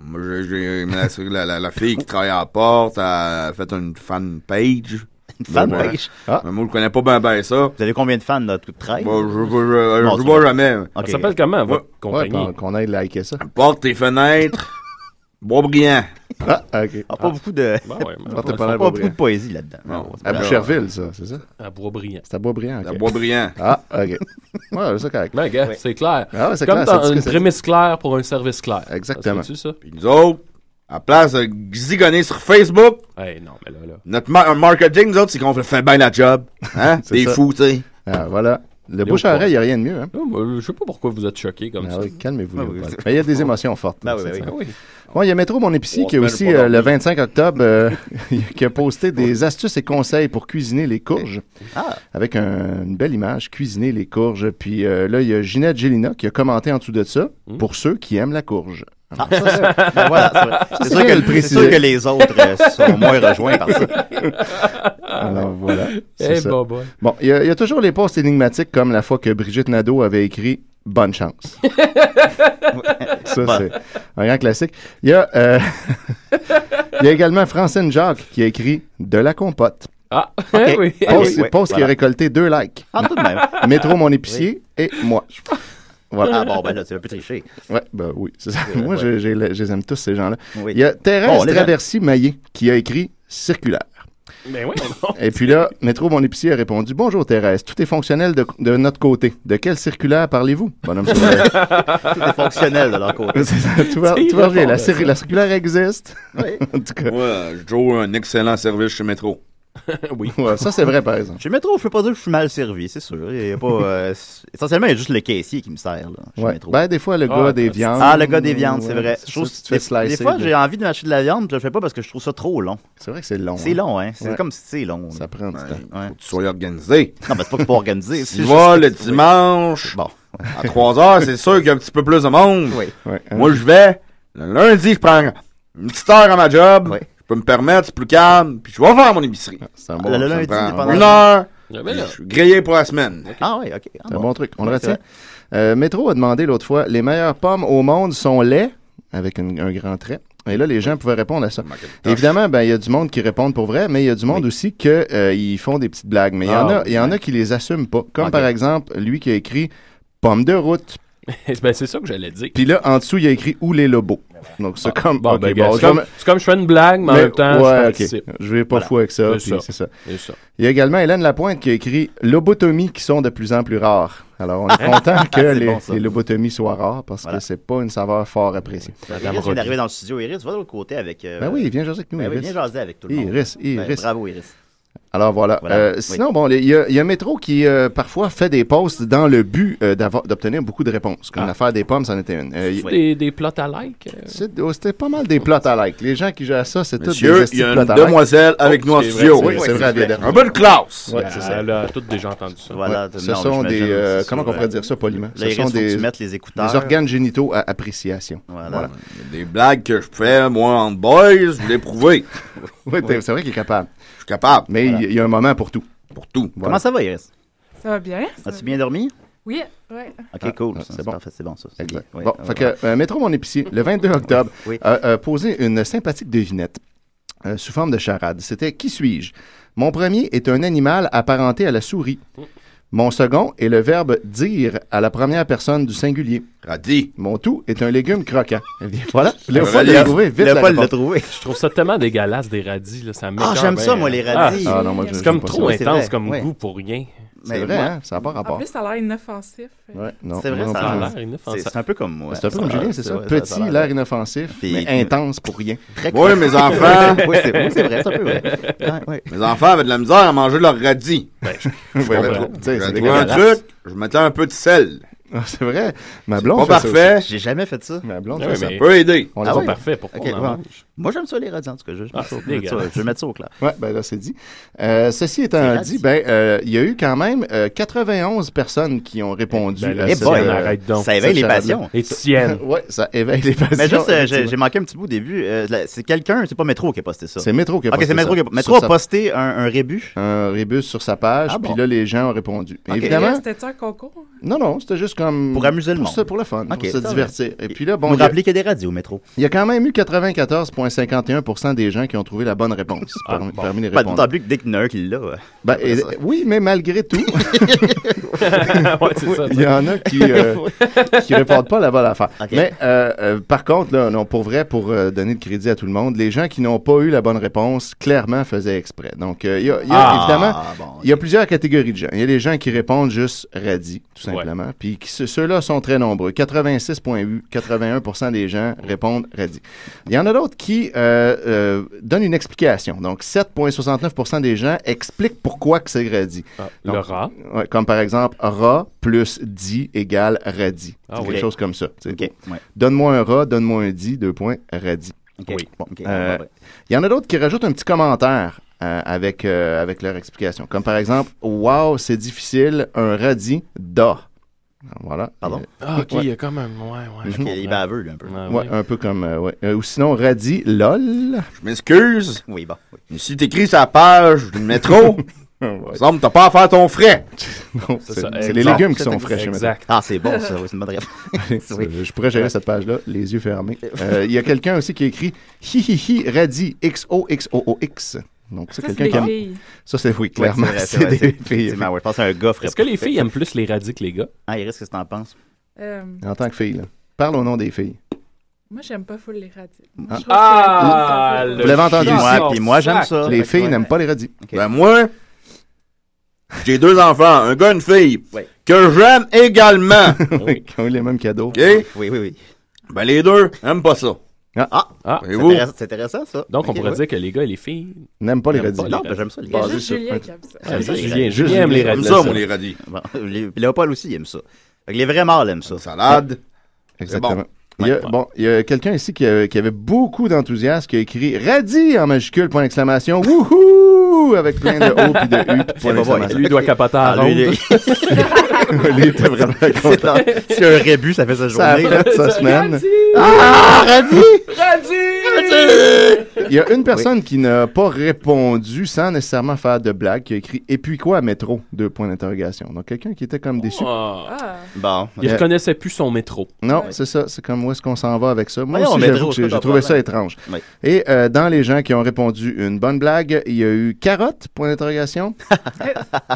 M: Moi, j'ai- j'ai la, la- la- la fille qui travaille à la porte a fait une fan page.
K: Une fanpage?
L: Ah.
M: Mais moi, je connais pas bien ben ça.
K: Vous avez combien de fans dans tout 13?
M: Bon, je je- je-
K: Non,
M: je
K: c'est
M: vois
K: vrai.
M: jamais.
K: Ok.
O: Ça s'appelle comment, votre
L: Ouais,
O: compagnie?
L: ben, qu'on aille liker ça.
M: Porte tes fenêtres. Bois brillant.
L: Ah, ok.
K: Ah, pas beaucoup de...
O: Ben ouais, mais-
L: Ah, t'es
K: Pas,
L: pas mal,
K: beaucoup de
L: Boisbriand.
K: poésie là-dedans.
M: Non.
L: À
K: Alors,
L: Boucherville, ça, c'est ça?
O: à Boisbriand.
L: C'est à Boisbriand, ok.
M: La bois brillant.
L: Ah, ok. Ouais, ça, correct.
O: Ben, gars,
K: Oui.
O: c'est clair.
L: Ah ouais, c'est
O: Comme
L: clair, ça
O: dans
L: dit que
O: une
L: c'est-
O: prémisse claire pour un service clair.
L: Exactement.
O: C'est ça?
M: Puis nous autres, à place de zigonner sur Facebook,
O: Eh non, mais là, là.
M: notre mar- marketing, nous autres, c'est qu'on fait bien la job. Hein?
L: C'est
M: Des
L: ça.
M: fous, tu sais.
L: Ah, voilà. Le bouche à
O: Léopold.
L: oreille, il n'y a rien de mieux. Hein?
O: Là, moi, je sais pas pourquoi vous êtes choqués comme
L: Ah
O: ça.
L: oui, calmez-vous.
K: Ah
L: Léopold.
K: oui.
L: Mais il y a des émotions fortes.
K: Ben
L: là,
K: oui,
L: cette
K: ben
O: Ah
L: semaine.
O: oui.
L: Bon, il y a Métro, mon épicier,
M: On
L: qui a
M: se mêle
L: aussi,
M: pas
L: euh,
M: non
L: le
M: plus.
L: 25 octobre, euh, qui a posté des astuces et conseils pour cuisiner les courges.
K: Ah.
L: Avec un- une belle image, cuisiner les courges. Puis euh, là, il y a Ginette Gélina qui a commenté en dessous de ça, pour ceux qui aiment la courge. Alors, Hmm. Ah, ça, c'est-
K: Ben voilà, c'est vrai.
L: c'est
K: c'est sûr,
L: bien de
K: que-
L: le
K: c'est
L: préciser.
K: sûr que les autres euh, sont moins rejoints par ça.
L: alors, voilà. c'est
O: Eh,
L: ça.
O: bah, bah.
L: Bon, il y, a- il y a toujours les postes énigmatiques comme la fois que Brigitte Nadeau avait écrit Bonne chance. Ça,
K: Bon.
L: c'est un grand classique. Il y, a, euh, il y a également Francine Jacques qui a écrit De la compote.
O: Ah,
K: Ok.
O: eh oui. eh
K: Oh,
L: Post,
O: oui.
K: oui,
L: post qui a
K: voilà.
L: récolté deux likes.
K: Ah, tout de même.
L: Métro, mon épicier et moi. Voilà.
K: Ah bon, ben là, tu vas plus tricher.
L: Ouais, ben oui, c'est ça.
K: Ouais,
L: Moi,
K: ouais.
L: je, je les- je les aime tous, ces gens-là.
K: Oui.
L: Il y a Thérèse
K: Bon, les gens-
L: Traversy-Maillé qui a écrit Circulaire.
K: Ben
O: Mais oui, non.
L: Et puis là, Métro, mon épicier a répondu Bonjour Thérèse, tout est fonctionnel de, de notre côté. De quel circulaire parlez-vous Bonhomme sourire.
K: Tout est fonctionnel de leur côté.
L: C'est ça, tout va,
O: C'est
L: tout va bien.
O: bon,
L: La,
O: là,
L: cir-
O: ça.
L: la circulaire existe.
K: Oui.
L: en tout cas,
M: Moi, Joe a un excellent service chez Métro.
O: oui.
L: ouais, ça c'est vrai par exemple.
K: Chez Métro, je peux pas dire que je suis mal servi, c'est sûr. Il y a pas, euh, s- essentiellement, il y a juste le caissier qui me sert. Là, chez
L: Ouais.
K: Métro.
L: Ben, des fois, le
O: Ah,
L: gars des
O: c'est-
L: viandes.
K: ah, le gars des viandes, c'est
L: ouais,
K: vrai.
L: ça,
K: Je trouve-
L: tu te fais
K: des, des
L: slicer,
K: fois,
L: là.
K: j'ai envie de m'acheter de la viande, je le fais pas parce que je trouve ça trop long.
L: C'est vrai que c'est long.
K: C'est
L: hein.
K: long, hein. C'est
L: Ouais.
K: comme si c'est long. là.
L: Ça prend du temps.
K: Ouais.
M: Faut que tu sois organisé.
K: Non, mais c'est pas que c'est pas organisé.
M: Tu
K: c'est
M: vas
K: juste-
M: le dimanche,
K: Bon.
M: à 3 heures, c'est sûr qu'il y a un petit peu plus de monde.
K: Oui.
L: Ouais, hein.
M: Moi, je vais, le lundi, je prends une petite heure à ma job.
K: Oui.
M: Je peux me permettre, c'est plus calme, puis je vais faire mon épicerie.
L: C'est un
K: Le
L: bon,
K: lundi,
L: ça me prend-
K: dépendant-
M: Une heure,
O: Ah, mais
M: puis
O: là.
M: je suis grillé pour la semaine.
K: Ah oui, ok. Ah,
L: C'est un
K: bon.
L: bon truc. On le
K: Ouais, c'est
L: retient. Euh, Métro a demandé l'autre fois les meilleures pommes au monde sont laites, avec une- un grand trait. Et là, les gens pouvaient répondre à ça. Évidemment, ben, il y a du monde qui répondent pour vrai, mais il y a du monde aussi qui font des petites blagues. Mais il y, en
K: Ah,
L: a- il y en a qui les assument pas. Comme
K: Ok.
L: par exemple, lui qui a écrit Pomme de route.
O: Ben, c'est ça que j'allais dire.
L: Puis là, en dessous, il a écrit Où les lobos. Donc, c'est comme.
O: Bon,
L: ok,
O: ben,
L: bon,
O: gars,
L: je
O: c'est comme,
L: vais-
O: c'est comme je fais une blague, mais en
L: mais-
O: même temps,
L: ouais,
O: je
L: ok.
O: participe.
L: Je vais pas
O: Voilà.
L: fou avec ça.
O: C'est
L: puis
O: ça.
L: C'est ça.
O: C'est ça.
L: Il y a également Hélène Lapointe qui a écrit lobotomies qui sont de plus en plus rares. Alors, on est content que
K: C'est
L: les,
K: bon, ça.
L: les lobotomies soient rares parce
K: Voilà.
L: que c'est pas une saveur fort appréciée.
K: Iris vient d'arriver dans le studio. Iris, va de l'autre côté avec. euh,
L: Ben oui, viens jaser avec nous,
K: ben oui,
L: Iris.
K: viens jaser avec tout le monde.
L: Iris,
K: Ben,
L: Iris.
K: bravo, Iris.
L: Alors voilà.
K: Voilà.
L: Euh,
K: Oui.
L: sinon, bon, il y, a- il y a Métro qui euh, parfois fait des posts dans le but euh, d'avoir- d'obtenir beaucoup de réponses.
M: Ah.
L: Comme l'affaire des pommes, c'en était une. Euh, il-
O: Des, des plots à like. euh.
L: C'est- oh, C'était pas mal des plots à like. Les gens qui gèrent ça, c'est tout
M: Monsieur,
L: des estis
M: il y a
L: de
M: une
L: plots à like.
M: demoiselle avec
O: Oh,
M: nous en
L: c'est vrai,
M: studio.
L: c'est vrai,
M: Oui,
L: C'est
M: oui,
L: vrai,
M: c'est
L: des
M: vrai.
L: derniers.
M: Un peu de classe.
L: Ouais,
O: Ah,
L: c'est ça.
O: Elle a toutes déjà entendu ça.
K: Voilà,
L: Ce
K: non,
L: sont
K: j'imagine,
L: des. euh,
K: c'est
L: comment
K: sûr,
L: on pourrait
K: euh,
L: dire ça poliment Ce
K: là, il
L: sont
K: reste où
L: des,
K: tu mettes les écouteurs.
L: des organes génitaux à appréciation. Voilà.
M: Des blagues que je fais, moi, en boys, je l'ai prouvé.
L: Ouais, t'es- C'est vrai qu'il est capable.
M: Je suis capable.
L: Mais il y- il y a un moment pour tout.
M: Pour tout.
K: Comment ça va, Iris?
S: Ça va bien? ça
K: As-tu
S: va-
K: bien dormi?
S: Oui, ouais.
K: Ok,
L: Ah,
K: cool.
L: ah,
K: C'est bon. C'est bon, ça. c'est bien. Ouais,
L: Bon,
K: ouais,
L: fait
K: ouais.
L: que euh, Métro Mon Épicier, le 22 octobre, a a posé une sympathique devinette euh, sous forme de charade. C'était Qui suis-je Mon premier est un animal apparenté à la souris. Mon second est le verbe dire à la première personne du singulier.
M: Radis.
L: Mon tout est un légume croquant. Eh bien, voilà. Léopold
O: Radis.
L: l'a trouvé. Vite la réponse.
O: Je trouve ça tellement dégueulasse, des radis. Là. Ça m'écoeure
K: j'aime
O: bien,
K: ça,
O: là.
K: moi, les radis.
L: Ah, non, moi, je-
O: c'est
L: je
O: comme
L: sais pas
O: trop
L: ça. Oui, c'est
O: intense
L: vrai,
O: comme
L: ouais.
O: goût pour rien.
L: C'est vrai, hein? Ça n'a pas rapport.
S: En plus, ça a l'air inoffensif.
L: Ouais, non,
K: C'est vrai,
L: moi non
K: ça a
L: plus.
K: l'air inoffensif. C'est- c'est un peu comme moi.
L: C'est un peu comme
K: Ça a-
L: Julien, c'est
K: c'est
L: ça.
K: vrai, ça-
L: Petit,
K: ça a l'air-
L: l'air inoffensif,
K: Puis-
L: mais intense pour rien.
K: Très
M: Oui, mes enfants.
L: Oui, c'est oui, c'est vrai, c'est un peu vrai. Ouais, ouais.
M: Mes enfants avaient de la misère à manger leur radis.
L: je-
M: Je
L: Ouais,
M: comprends.
L: ouais. Tu sais,
M: J'ai
L: c'est
M: trouvé un
L: dégueulasse.
M: truc, je mettais un peu de sel.
L: Ah, c'est vrai. Ma
M: C'est
L: blonde.
M: pas
L: fait ça
M: parfait.
L: aussi.
K: J'ai jamais fait ça.
L: Ma blonde,
K: Ah
L: fait
K: oui,
L: ça.
K: mais-
M: Peut aider.
L: On
K: Ah
L: l'a pas
K: oui?
L: parfait.
K: Ok,
L: on en
K: ouais.
O: hein.
L: mange?
K: Moi, j'aime ça, les radis, en tout cas. Je, je,
L: Ah,
K: je-
L: c'est
K: je vais mettre ça-
L: dégueulasse.
K: je vais mettre ça au clair.
L: Oui, ben là, c'est dit. Euh, ceci étant
K: radis.
L: dit, ben, euh, il y a eu quand même euh, 91 personnes qui ont répondu.
K: Ben là,
L: à
K: eh
L: cette,
K: boy,
L: euh,
K: arrête donc. Ça
L: cette
K: éveille les
L: charade-là.
K: passions. Et tienne.
L: ouais, ça éveille les passions.
K: Mais juste, euh, j'ai
L: effectivement.
K: j'ai manqué un petit bout au début. Euh, la- c'est quelqu'un, c'est pas Métro qui a posté ça.
L: C'est Métro qui a
K: Ok,
L: posté
K: c'est Métro
L: ça.
K: qui a
L: Sur
K: Métro a
L: sa-
K: posté un, un rébus.
L: Un rébus sur sa page,
K: Ah bon?
L: puis là, les gens ont répondu.
K: Ok.
L: Évidemment.
S: C'était-tu un concours?
L: Non, non, c'était juste comme.
K: Pour amuser le monde.
L: ça, pour le fun,
K: Ok,
L: pour se
K: ça va.
L: divertir. Et puis là, bon.
K: Vous
L: il y a-
K: rappelez qu'il y a des radios au Métro.
L: Il y a quand même eu 94,51 des gens qui ont trouvé la bonne réponse par-
K: bon.
L: parmi les
K: Ben,
L: réponses.
K: D'autant plus que dès qu'il y en a un qui l'a. euh,
L: Ben,
K: après ça.
L: oui, mais malgré tout,
K: Ouais, c'est ça,
L: il y en a qui euh, qui répondent pas à la bonne affaire.
K: Ok.
L: Mais euh, euh, par contre, là, non, pour vrai, pour euh, donner le crédit à tout le monde, les gens qui n'ont pas eu la bonne réponse, clairement faisaient exprès. Donc, euh, il y a, il y a,
K: Ah,
L: évidemment, il y a plusieurs catégories de gens. Il y a des gens qui répondent juste radis, tout simplement. Puis qui- ceux- ceux-là sont très nombreux. 86,8, 81 des gens répondent radis. Il y en a d'autres qui euh, euh, donnent une explication. Donc, 7,69 des gens expliquent pourquoi que c'est radis.
O: Ah, le
L: Donc,
O: rat.
L: ouais, comme par exemple, rat plus dit égale radis.
O: Ah
L: C'est
O: oui.
L: Quelque
O: Ok.
L: chose comme ça. tu sais.
K: Ok, ouais.
L: Donne-moi un rat, donne-moi un dit, deux points, radis.
K: Ok,
L: Oui.
K: bon, ok, Ah,
L: Euh,
K: ouais, ouais.
L: il y en a d'autres qui rajoutent un petit commentaire euh, avec, euh, avec leur explication. Comme par exemple, Wow, c'est difficile, un radis d'or. Voilà.
K: Pardon?
L: Euh,
O: Ah, ok,
L: ouais.
O: il y a comme un. Ouais, ouais. je
K: Ok, il est
O: comprends.
K: baveux, là, un peu.
O: Ouais,
L: Ouais,
O: ouais.
L: un peu comme. euh, ouais. Euh, ou sinon, radis, lol.
M: Je m'excuse.
K: Oui, bon. oui.
M: Mais si t'écris sa page du métro,
L: Ouais.
M: semble que t'as pas à faire ton frais.
L: Non, c'est
O: ça,
L: c'est les
O: exact.
L: légumes qui sont
O: Exact.
L: frais chez
O: Exact.
K: Ah, c'est bon, ça. oui, C'est une bonne réponse.
L: Métro. Euh, Je pourrais gérer cette page-là, les yeux fermés. Euh, Il y a quelqu'un aussi qui écrit hi hi hi radis XOXOOX. Donc, c'est
S: Ça,
L: quelqu'un
S: c'est
L: qui aime.
S: des filles.
L: Ça, c'est oui, clairement.
K: Ouais,
L: c'est
K: vrai,
L: des
K: vrai,
L: filles.
K: effectivement, ouais, je pense que c'est un gars ferait-
O: Est-ce que les filles aiment plus les radis que les gars?
K: Ah, Iris, qu'est-ce que t'en penses?
S: Euh,
L: En tant que fille, là. Parle au nom des filles.
O: Euh,
S: moi, j'aime pas full les radis. Moi,
L: Ah.
S: je trouve que c'est
O: Ah,
S: inoffensif.
O: le
L: Vous l'avez entendu
O: chien.
L: ici.
K: Ouais, puis moi, j'aime ça.
L: Les
K: Fait que,
L: filles
K: ouais.
L: n'aiment pas les radis.
M: Ben moi, j'ai deux enfants, un gars, une fille, que j'aime également.
L: Oui, qui ont eu les mêmes cadeaux.
M: OK?
K: Oui, oui, oui.
M: Ben les deux aiment pas ça.
K: Ah,
O: Ah,
M: Et
K: c'est
M: vous?
K: intéressant- c'est intéressant, ça.
O: donc on
K: Ok,
O: pourrait
K: ouais.
O: dire que les gars et les filles.
L: N'aiment pas les radis.
K: Non, ben, j'aime ça, les
L: Bon,
K: gars.
L: c'est
S: Juste
L: ça.
S: Julien qui aime ça.
O: Ah,
K: Julien,
O: Julien,
L: Julien
O: Julien aime les
M: Comme
O: radis.
M: ça, moi, les radis.
K: Bon, les- puis Léopold aussi, il aime ça. Fait que les vrais morts l'aiment ça.
M: Salade.
L: Exactement.
M: Bon.
L: Il y a, bon, il y a quelqu'un ici qui, a- qui avait beaucoup d'enthousiasme, qui a écrit Radis en majuscule, point d'exclamation, wouhou! Avec plein de O puis de U, puis point
K: pas vrai.
L: d'exclamation.
O: Lui il doit capoter à
K: Ah, lui, il
O: ronde.
K: est-
L: Il était vraiment
K: c'est
L: content.
K: dans- c'est un rébus, ça fait sa
L: Ça a
K: journée. là.
L: fait sa semaine.
K: Ah, radis!
L: Il y a une personne qui n'a pas répondu sans nécessairement faire de blague, qui a écrit Et puis quoi, métro? Deux points d'interrogation. Donc quelqu'un qui était
K: Oh.
L: comme déçu.
O: Ah.
S: Ah.
K: Bon.
O: Il
L: Euh,
O: reconnaissait plus son métro.
L: Non, c'est ça. C'est comme où est-ce qu'on s'en va avec ça. Moi
K: Voyons,
L: aussi,
K: métro,
L: j'avoue que j'ai
K: c'est pas
L: j'ai
K: ton
L: trouvé ça
K: problème.
L: étrange.
K: Oui.
L: Et euh, dans les gens qui ont répondu une bonne blague, il y a eu carotte, point d'interrogation.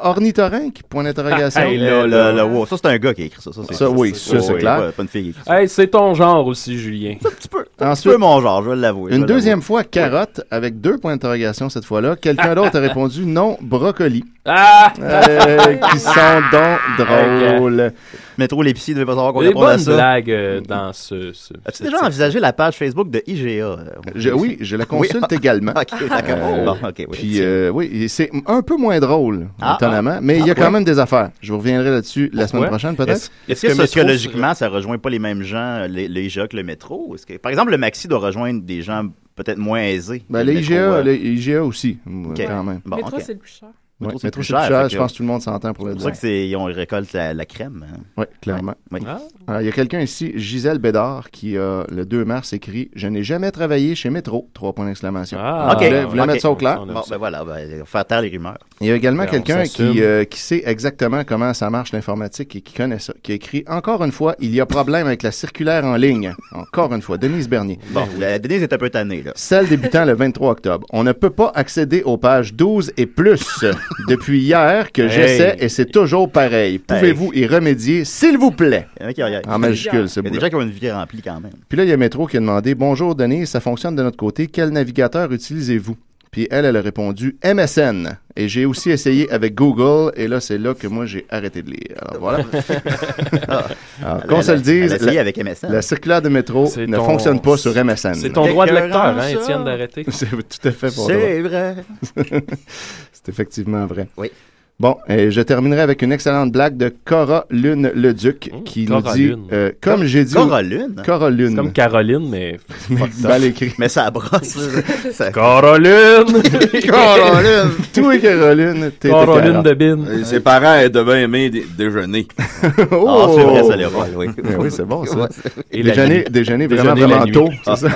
L: Ornithorynque, point d'interrogation.
O: Hey,
K: Là,
O: là,
K: là,
O: là.
K: là, wow. Ça, c'est un gars qui a écrit ça. Ça, c'est-
L: Ça, oui, ça, c'est
K: oui,
L: clair.
K: ouais, Pas une fille qui a écrit ça.
O: Hey, c'est ton genre aussi, Julien.
K: C'est
L: Ensuite,
K: peu mon genre, je vais l'avouer. je
L: une
K: vais l'avouer. Ah.
L: deuxième fois carotte avec deux points d'interrogation cette fois-là. Quelqu'un d'autre a répondu non, brocoli.
O: Ah!
L: Euh, qui sont donc drôles.
K: Métro, l'épicie, ne devait pas savoir qu'on
O: Des
K: répond à
O: bonnes
K: ça.
O: blagues euh, dans ce... ce-
K: As-tu déjà envisagé la page Facebook de IGA? euh,
L: Je- oui, je la consulte
K: Oui. Ah.
L: également.
K: OK, d'accord.
L: Euh,
K: Bon, OK, oui.
L: Puis, euh, oui, et c'est un peu moins drôle,
K: Ah,
L: étonnamment,
K: ah.
L: mais il y a
K: Ah,
L: quand
K: ouais.
L: même des affaires. Je vous reviendrai là-dessus la semaine prochaine, peut-être.
K: Est-ce est-ce que sociologiquement, ça rejoint pas les mêmes gens, les, les IGA que le métro? Est-ce que, par exemple, le Maxi doit rejoindre des gens peut-être moins aisés?
L: Ben,
K: que le
L: les
K: métro,
L: IGA,
K: euh,
L: les IGA aussi, euh,
K: OK.
L: quand même.
K: Bon,
S: Métro,
K: ok.
S: c'est le plus cher.
L: Ouais,
K: Métro, c'est
L: métro,
K: plus
L: c'est plus
K: cher,
L: cher,
K: fait
L: je
K: que-
L: pense que tout le monde s'entend pour le
K: C'est pour
L: dire.
K: ça que c'est- ils ont- ils récoltent la, la crème. hein.
L: Oui, clairement.
K: Ouais. Oui.
L: Alors, il y a quelqu'un ici, Gisèle Bédard, qui a le 2 mars écrit Je n'ai jamais travaillé chez Métro. Trois points d'exclamation.
K: Ah,
L: Vous voulez- vous voulez
K: ok.
L: mettre ça au clair
K: Bon, ben voilà, ben, on fait taire les rumeurs.
L: Il y a également
K: Ben, on
L: quelqu'un
K: s'assume.
L: qui, euh, qui sait exactement comment ça marche l'informatique et qui connaît ça, qui a écrit Encore une fois, il y a problème avec la circulaire en ligne. Encore une fois, Denise Bernier.
K: Bon, la Denise est un peu tannée, là.
L: Celle débutant le 23 octobre. On ne peut pas accéder aux pages 12 et plus depuis hier que
K: Hey.
L: j'essaie et c'est toujours pareil. Pouvez-vous y remédier, s'il vous plaît?
K: Il y en a qui- il y a-
L: En majuscule, Ah, c'est
K: Il y a
L: beau.
K: des gens qui ont une vie remplie quand même.
L: Puis là, il y a Métro qui a demandé Bonjour Denise, ça fonctionne de notre côté. Quel navigateur utilisez-vous Puis elle, elle a répondu MSN. Et j'ai aussi essayé avec Google. Et là, c'est là que moi, j'ai arrêté de lire. Alors voilà.
K: Ah.
L: Alors,
K: Elle
L: qu'on
K: a-
L: se le dise.
K: elle a essayé
L: la-
K: avec MSN.
L: La circulaire de Métro
O: C'est
L: ne
O: ton-
L: fonctionne pas sur MSN.
O: C'est ton droit de lecteur, hein,
K: ça.
O: Étienne, d'arrêter.
L: C'est tout à fait pour
K: C'est vrai.
L: C'est effectivement vrai.
K: Oui.
L: Bon, et je terminerai avec une excellente blague de Cora Lune le Duc
O: Mmh,
L: qui nous dit
O: Coraline.
L: euh, comme j'ai dit
K: Coraline?
L: Coraline.
O: Comme Caroline, mais...
L: mal écrit.
K: Mais ça brosse. là. Ça-
O: Caroline!
K: Caroline!
L: Tout est Caroline. t'es- t'es Caroline.
O: Caroline de Bin.
M: Et ses parents, elle devait aimer dé- déjeuner.
L: Oh!
K: Ah, c'est vrai, ça les rôle, oui.
L: Mais oui, c'est bon, ça.
K: Et la
L: déjeuner,
K: nuit.
L: déjeuner
K: Déjeuner
L: vraiment,
K: la
L: vraiment
K: nuit.
L: tôt, c'est ça?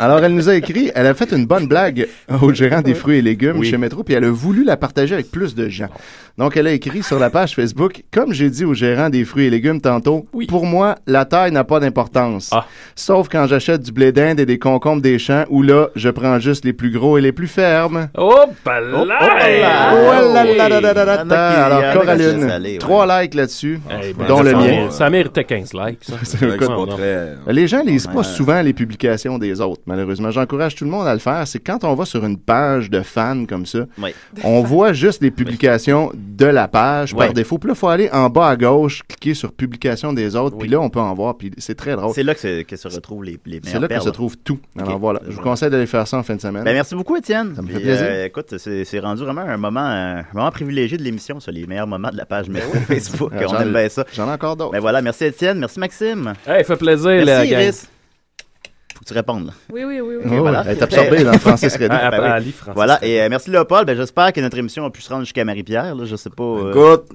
L: Alors, elle nous a écrit, elle a fait une bonne blague au gérant des fruits et légumes
K: Oui.
L: chez Métro, puis elle a voulu la partager avec plus de gens. Donc, elle a écrit sur la page Facebook, comme j'ai dit au gérant des fruits et légumes tantôt, pour moi, la taille n'a pas d'importance. Sauf quand j'achète du blé d'Inde et des concombres des champs, où là, je prends juste les plus gros et les plus fermes.
O: Oh, bah là!
L: Oh, là là là là là là
K: Il
L: là.
K: y en a qui- il y en a
L: Alors,
K: qui laissent
L: Coraline,
K: aller,
L: trois likes là-dessus,
O: Hey, ben,
L: dont
O: ça
L: le
O: mérite-
L: mien.
O: Ça méritait 15 likes, ça.
L: C'est un
O: Ouais,
L: code
O: non.
L: Les gens lisent pas souvent les publications des autres, malheureusement. J'encourage tout le monde à le faire. C'est quand on va sur une page de fans comme ça,
K: Oui.
L: on voit juste les publications de la page
K: Oui.
L: par défaut. Puis là, il faut aller en bas à gauche, cliquer sur publications des autres, puis là, on peut en voir. Puis c'est très drôle.
K: C'est là que, se- que se retrouvent les, les
L: Oh. C'est
K: meilleures
L: là que
K: perles.
L: se trouve tout. Alors
K: Ok.
L: voilà, je vous conseille d'aller faire ça en fin de semaine.
K: Ben, merci beaucoup, Étienne.
L: Ça me fait
K: Puis,
L: plaisir.
K: euh, écoute, c'est c'est rendu vraiment un moment, un moment privilégié de l'émission, ça, les meilleurs moments de la page métro Facebook.
L: Ah,
K: On
L: j'en-
K: aime bien ça.
L: J'en ai encore d'autres.
K: Ben voilà, merci Étienne, merci Maxime.
O: Hey, fait plaisir, la
K: Merci
O: gang.
K: Iris. Faut que tu répondes. là.
S: Oui, oui, oui. oui.
L: Oh,
K: Ben, voilà.
L: Elle est absorbée dans Francis Redon.
O: Ah,
K: Ben oui.
O: ah, lis Francis
K: Voilà, et euh, merci Léopold. Ben, J'espère que notre émission a pu se rendre jusqu'à Marie-Pierre. là. Je sais pas.
L: Ben,
K: euh,
M: Écoute,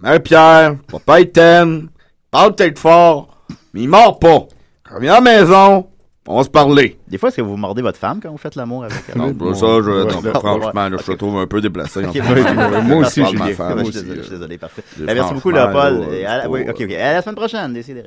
M: Marie-Pierre, papa il t'aime, parle peut-être fort, mais il mord pas. Reviens à la maison, on va se parler.
K: Des fois, est-ce que vous mordez votre femme quand vous faites l'amour avec elle?
M: Non,
K: Bon.
M: pour ça, je,
K: Ouais,
M: non,
K: là,
M: franchement,
K: ouais.
M: là, je te trouve un peu déplacé.
K: Ok,
M: en fait.
K: bon, bon,
L: moi aussi,
K: je parle
L: Julien.
K: de ma femme.
L: Moi
K: Ah, Je suis
L: aussi,
K: désolé, je suis
L: euh,
K: désolé, parfait.
L: j'ai
K: Ben, merci beaucoup,
L: franchement,
K: Léopold.
L: là,
K: Et à la-
L: c'est
K: oui,
L: pas-
K: ok, ok. À la semaine prochaine, décidez.